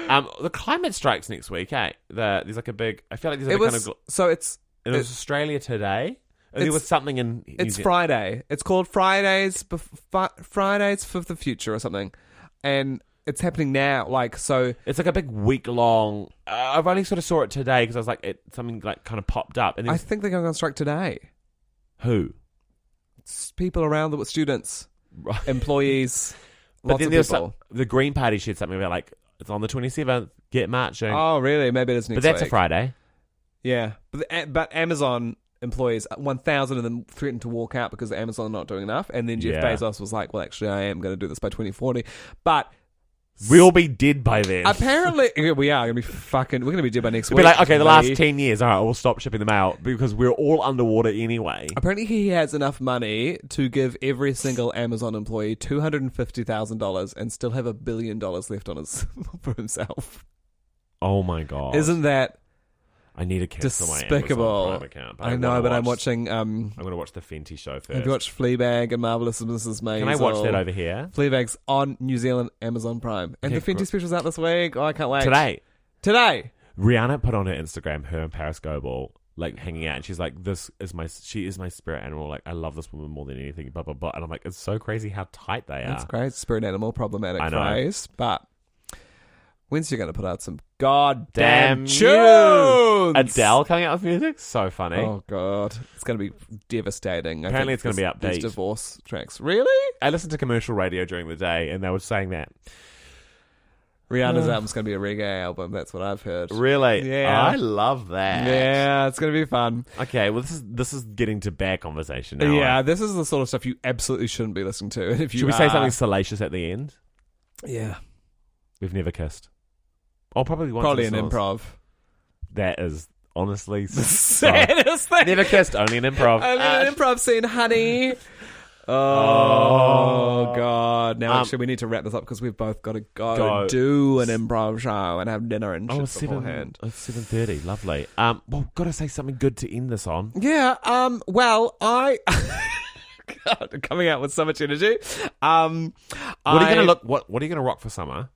S2: Um, the climate strikes next week, eh? The, there's like a big. I feel like there's
S1: It
S2: a big
S1: was
S2: kind of. Gl-
S1: so it's
S2: and it was
S1: it-
S2: Australia today. And there
S1: It's-
S2: was something in. New
S1: It's
S2: Zeal-
S1: Friday. It's called Fridays bef- Fi- Fridays for the Future or something, and it's happening now. Like so,
S2: It's like a big week long. Uh, I've only sort of saw it today because I was like, it something like kind of popped up, and it
S1: I
S2: was,
S1: think they're going on strike today.
S2: who?
S1: It's people around the students,
S2: Right.
S1: employees,
S2: But
S1: lots
S2: then
S1: of
S2: there's
S1: people.
S2: some- the Green Party shared something about like it's on the 27th. Get marching,
S1: Oh, really? Maybe it is next
S2: but that's
S1: week.
S2: a Friday.
S1: Yeah, but the, a- but Amazon employees, uh, one thousand of them threatened to walk out because Amazon are not doing enough, and then Jeff
S2: Yeah.
S1: Bezos was like, "Well, actually, I am going to do this by 2040," but.
S2: We'll be dead by then.
S1: Apparently, we are going to be fucking. We're going to be dead by next
S2: It'll
S1: week.
S2: be like okay, the
S1: bloody-
S2: last ten years. All right, we'll stop shipping them out because we're all underwater anyway.
S1: Apparently, he has enough money to give every single Amazon employee two hundred and fifty thousand dollars, and still have a billion dollars left on his for himself.
S2: Oh my god!
S1: Isn't that
S2: I need to cancel my
S1: despicable?
S2: Amazon Prime account.
S1: I know,
S2: wanna
S1: but I'm
S2: watch-
S1: watching. Um,
S2: I'm going to watch the Fenty show first.
S1: have you watched Fleabag and Marvelous Mrs. Maisel?
S2: Can I watch that over here
S1: Fleabag's on New Zealand Amazon Prime, and
S2: Okay,
S1: the Fenty
S2: cool.
S1: special's out this week. Oh, I can't wait
S2: today?
S1: Today,
S2: Rihanna put on her Instagram her and Paris Goebel like hanging out, and she's like, "This is my she is my spirit animal. Like I love this woman more than anything." Blah blah blah. And I'm like, it's so crazy how tight they
S1: that's
S2: are.
S1: great. Spirit animal, problematic
S2: I know.
S1: phrase, but. When's you going to put out some goddamn
S2: Damn you.
S1: tunes?
S2: Adele coming out with music, so funny.
S1: Oh god, it's going to be devastating. I
S2: Apparently
S1: think
S2: it's gonna
S1: this-
S2: be
S1: these
S2: upbeat.
S1: divorce tracks. Really?
S2: I listened to commercial radio during the day, and they were saying that.
S1: Rihanna's album's going to be a reggae album. That's what I've heard.
S2: Really?
S1: Yeah.
S2: I love that.
S1: Yeah, it's going to be fun.
S2: Okay. Well, this is this is getting to bad conversation now.
S1: yeah, this is the sort of stuff you absolutely shouldn't be listening to. And if you
S2: Should we say
S1: are-
S2: something salacious at the end?
S1: Yeah,
S2: We've never kissed. Or probably once.
S1: probably
S2: in
S1: an
S2: Source.
S1: improv.
S2: That is honestly sad.
S1: Saddest thing.
S2: never kissed, only an improv.
S1: I'm in an
S2: Uh,
S1: improv scene, honey. Oh,
S2: Oh.
S1: God! Now
S2: Um,
S1: actually, we need to wrap this up because we've both got to go,
S2: Go.
S1: do an improv show and have dinner and shit
S2: Oh,
S1: beforehand.
S2: seven, oh, 7.30, lovely. Um, well, got to say something good to end this on.
S1: Yeah. Um. Well, I. God, coming out with so much energy. Um.
S2: What are you
S1: I-
S2: going to look? What What are you going to rock for summer?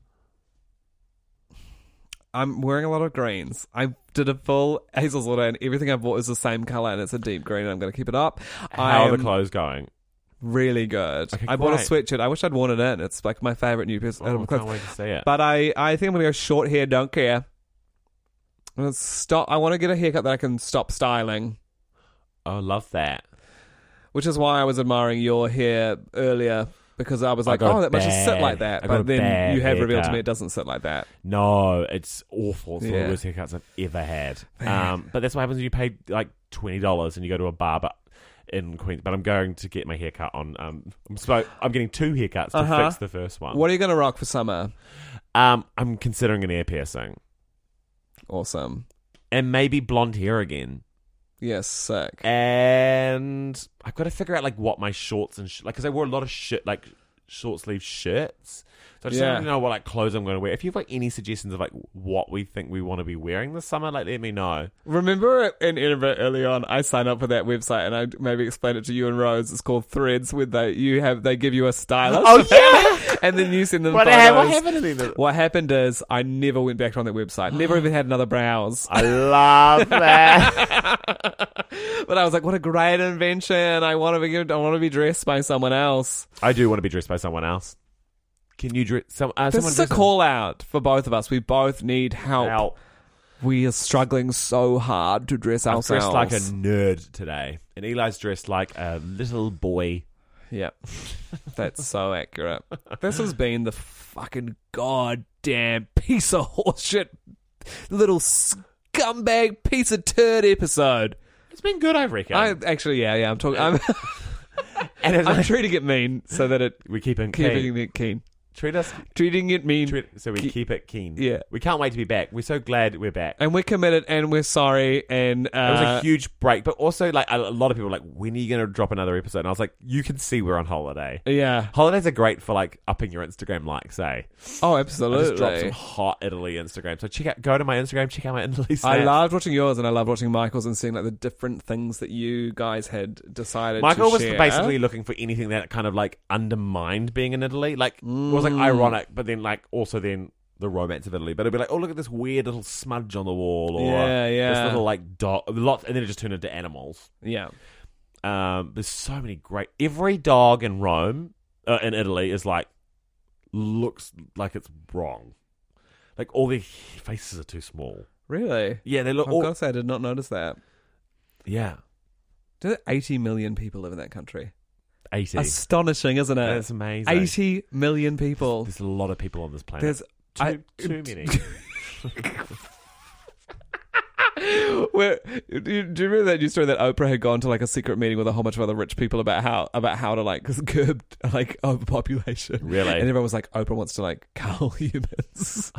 S1: I'm wearing a lot of greens. I did a full Hazel's order, and everything I bought is the same color, and it's a deep green, and I'm going to keep it up.
S2: How
S1: I
S2: are the
S1: am
S2: clothes going?
S1: really good.
S2: Okay,
S1: I bought a
S2: great.
S1: sweatshirt. I wish I'd worn it in. It's like my favorite new piece
S2: Oh,
S1: item
S2: I
S1: of
S2: can't
S1: clothes.
S2: wait to see it.
S1: But I, I think I'm going to go short hair. Don't care. I'm gonna stop. I want to get a haircut that I can stop styling.
S2: oh, love that.
S1: which is why I was admiring your hair earlier because I was like,
S2: got a
S1: oh, that must just sit
S2: bad-
S1: like
S2: I
S1: that.
S2: got a
S1: But then
S2: bad
S1: you have revealed to
S2: haircut.
S1: me it doesn't sit like that.
S2: No, it's awful. It's one of
S1: Yeah.
S2: the worst haircuts I've ever had. Um, but that's what happens when you pay like twenty dollars and you go to a barber in Queens. But I'm going to get my haircut on. Um, I'm supposed, I'm getting two haircuts to
S1: Uh-huh.
S2: fix the first one.
S1: What are you going to rock for summer?
S2: Um, I'm considering an ear piercing
S1: Awesome.
S2: and maybe blonde hair again.
S1: Yes, sick.
S2: And I've got to figure out like what my shorts and sh- like because I wore a lot of shit like short sleeve shirts. So I just
S1: Yeah.
S2: don't know what like clothes I'm going to wear. If you've got any suggestions of like what we think we want to be wearing this summer, like let me know.
S1: Remember in Edinburgh early on, I signed up for that website and I maybe explained it to you and Rose. It's called Threads, where they you have they give you a stylist.
S2: Oh, yeah!
S1: and then you send them.
S2: What
S1: photos.
S2: ha- what happened to them?
S1: What happened is I never went back on that website. Never even had another browse.
S2: I love that.
S1: But I was like, what a great invention! I want to be I want to be dressed by someone else.
S2: I do want to be dressed by someone else. Can you dress? Some, uh,
S1: This
S2: someone
S1: is a
S2: dress-
S1: call out for both of us. We both need help.
S2: Ow.
S1: We are struggling so hard to dress
S2: I'm
S1: ourselves.
S2: dressed like a nerd today, and Eli's dressed like a little boy.
S1: Yep. That's so accurate. This has been the fucking goddamn piece of horseshit, little scumbag piece of turd episode.
S2: It's been good, I reckon.
S1: I actually, yeah, yeah. I'm talking. I'm,
S2: and it's
S1: I'm
S2: like,
S1: trying to get mean so that it
S2: we keep in
S1: keeping
S2: keen.
S1: it keen,
S2: Treat us,
S1: treating it mean,
S2: treat, so we
S1: Ke-
S2: keep it keen.
S1: Yeah.
S2: we can't wait to be back. We're so glad we're back.
S1: and we're committed and we're sorry and uh,
S2: It was a huge break, but also like a, a lot of people were like, when are you going to drop another episode? And I was like, you can see we're on holiday.
S1: yeah.
S2: Holidays are great for like upping your Instagram likes, eh?
S1: Oh,
S2: I just dropped
S1: absolutely.
S2: some hot Italy Instagram. So check out, go to my Instagram, check out my Italy. Snaps.
S1: I loved watching yours and I loved watching Michael's and seeing like the different things that you guys had decided.
S2: Michael
S1: to
S2: was
S1: share.
S2: basically looking for anything that kind of like undermined being in Italy. Like it was like
S1: Mm.
S2: ironic, but then like also then the romance of Italy. But it'd be like, oh look at this weird little smudge on the wall, or
S1: Yeah,
S2: this
S1: yeah.
S2: little like dot, lots, and then it just turned into animals.
S1: yeah.
S2: Um, there's so many great. Every dog in Rome, uh, in Italy, is like looks like it's wrong. Like all their faces are too small.
S1: Really?
S2: Yeah, they look.
S1: I've
S2: All,
S1: got to say, I did not notice that.
S2: yeah,
S1: Do 80 million people live in that country?
S2: eighty.
S1: Astonishing, isn't it?
S2: That's amazing.
S1: 80 million people.
S2: There's a lot of people on this planet.
S1: There's
S2: too,
S1: I-
S2: too many.
S1: Where, do, you, do you remember that news story that Oprah had gone to like a secret meeting with a whole bunch of other rich people about how about how to like curb like overpopulation?
S2: Really?
S1: And everyone was like, Oprah wants to like cull humans.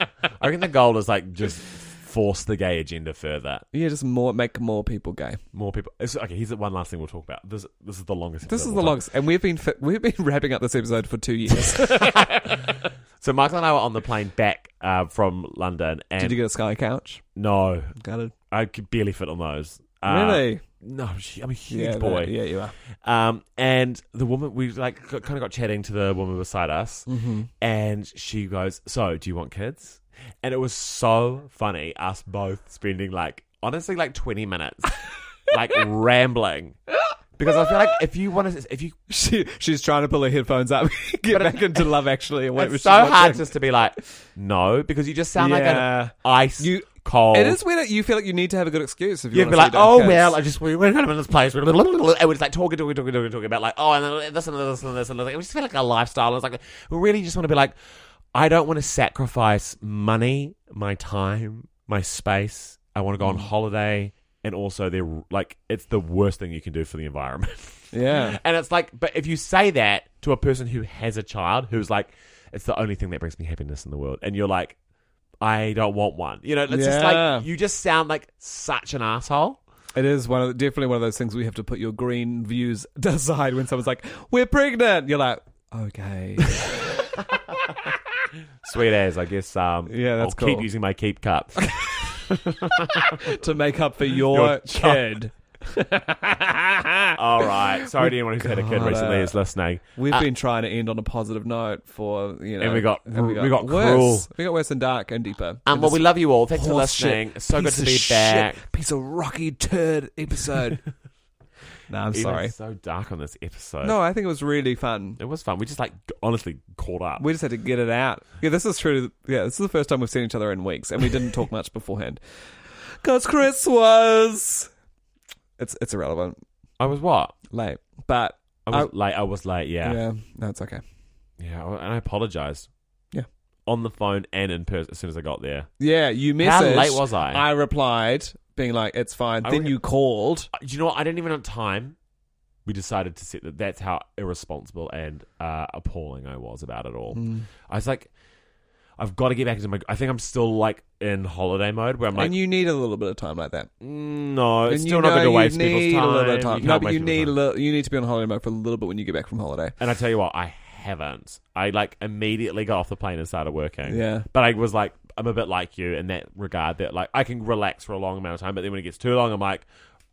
S2: I reckon the goal is like just force the gay agenda further.
S1: yeah, just more make more people gay.
S2: More people. it's- okay, here's the one last thing we'll talk about. This this is the longest.
S1: This is
S2: episode of
S1: the
S2: all time.
S1: longest, and we've been fi- we've been wrapping up this episode for two years.
S2: So Michael and I were on the plane back uh, from London, and
S1: Did you get a sky couch?
S2: no,
S1: Got it.
S2: I could barely fit on those. Uh,
S1: Really?
S2: No, I'm hu- I'm a huge
S1: yeah,
S2: boy.
S1: Yeah, you are.
S2: Um, and the woman we like kind of got chatting to the woman beside us,
S1: Mm-hmm.
S2: and she goes, "So, do you want kids?" And it was so funny us both spending like honestly like twenty minutes like rambling because I feel like if you want to, if you
S1: She she's trying to pull her headphones up, get back into Love Actually, and wait.
S2: it's so hard just to be like no because you just sound like
S1: Yeah.
S2: an ice
S1: You-
S2: cold.
S1: It is weird. that You feel like you need to have a good excuse if you
S2: You'd
S1: want
S2: be
S1: to
S2: like,
S1: say don't
S2: oh
S1: kiss.
S2: well, I just we we're kind of in this place, we're blah, blah, blah, blah," and we're just like talking, talking, talking, talking, talking about like oh and then this and this and this and this. It just feel like a lifestyle. It's like we really just want to be like, I don't want to sacrifice money, my time, my space. I want to go on holiday, and also they're like it's the worst thing you can do for the environment.
S1: yeah.
S2: and it's like, but if you say that to a person who has a child, who's like, it's the only thing that brings me happiness in the world, and you're like. I don't want one. You know, it's just
S1: Yeah.
S2: like you just sound like such an asshole.
S1: It is one of the, definitely one of those things where you have to put your green views aside when someone's like, "We're pregnant." You're like, "Okay,
S2: Sweet as, I guess. Um,
S1: Yeah, that's
S2: I'll keep
S1: cool.
S2: using my keep cup.
S1: to make up for your,
S2: Your
S1: kid."
S2: All right. Sorry to anyone who's had a kid
S1: God,
S2: recently
S1: uh,
S2: who's listening.
S1: We've
S2: Uh,
S1: been trying to end on a positive note for you know,
S2: And we got- we got cruel.
S1: worse. We got worse and dark and deeper.
S2: Um,
S1: And
S2: well, we
S1: this
S2: love you all. Thanks for
S1: horse
S2: listening.
S1: shit,
S2: It's so good
S1: piece
S2: to
S1: of
S2: be
S1: shit,
S2: back.
S1: Piece of rocky turd episode. no, I'm
S2: Even
S1: sorry.
S2: so dark on this episode.
S1: No, I think it was really fun.
S2: it was fun. We just like g- honestly caught up.
S1: We just had to get it out. Yeah, this is true. Yeah, this is the first time we've seen each other in weeks, and we didn't talk much beforehand. Because Chris was. It's, it's irrelevant.
S2: I was what?
S1: Late. But
S2: I was like, I was like, yeah, Uh, yeah,
S1: yeah. No, it's okay.
S2: I- and I apologized.
S1: Yeah.
S2: on the phone and in person as soon as I got there.
S1: Yeah, you messaged.
S2: How late was I?
S1: I replied, being like, "It's fine."
S2: I
S1: then
S2: reckon-
S1: you called.
S2: Uh, Do you know what? I didn't even have time. We decided to sit. That that's how irresponsible and uh, appalling I was about it all.
S1: Hmm.
S2: I was like, I've got to get back into my. I think I'm still like in holiday mode where I'm like,
S1: and you need a little bit of time like that.
S2: "Mm, no, it's
S1: and
S2: still
S1: you
S2: not
S1: know
S2: going to
S1: you
S2: waste
S1: need
S2: people's time.
S1: A little bit of
S2: You
S1: time.
S2: can't
S1: no, but
S2: waste
S1: you
S2: people's
S1: need
S2: time.
S1: a little, you need to be on holiday mode for a little bit when you get back from holiday.
S2: And I tell you what, I haven't. I like immediately got off the plane and started working.
S1: Yeah.
S2: But I was like, I'm a bit like you in that regard that like I can relax for a long amount of time, but then when it gets too long, I'm like,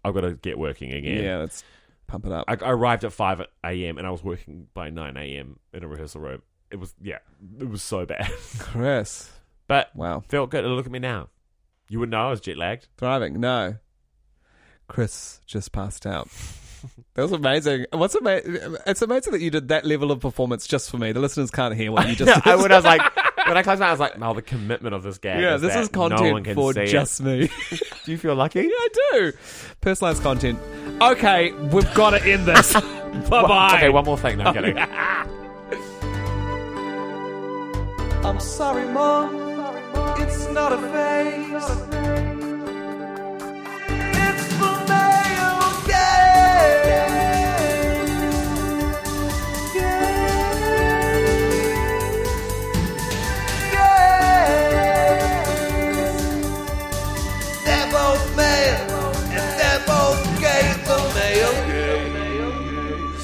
S2: I've got to get working
S1: Yeah,
S2: again.
S1: let's pump it up.
S2: I, I arrived at 5 a.m. and I was working by 9 a.m. in a rehearsal room. It was, yeah, it was so bad.
S1: Chris,
S2: but
S1: wow,
S2: felt good. And Look at me now. You would not know I was jet lagged.
S1: thriving. No, Chris just passed out. That was amazing. What's amazing? It's amazing that you did that level of performance just for me. The listeners can't hear what you just.
S2: I would. I was like, when I closed my eyes, I was like, "Wow, the commitment of this gag."
S1: yeah,
S2: is
S1: this
S2: that
S1: is
S2: no
S1: content
S2: one can
S1: for
S2: see it.
S1: just me.
S2: Do you feel lucky?
S1: Yeah, I do. Personalized content. Okay, we've got to end this. bye bye.
S2: Okay, one more thing. No, I'm kidding.
S7: I'm sorry, Mom. It's not a phase. It's the male gaze. Gaze. Gaze. They're both male and they're both gay. The male gaze.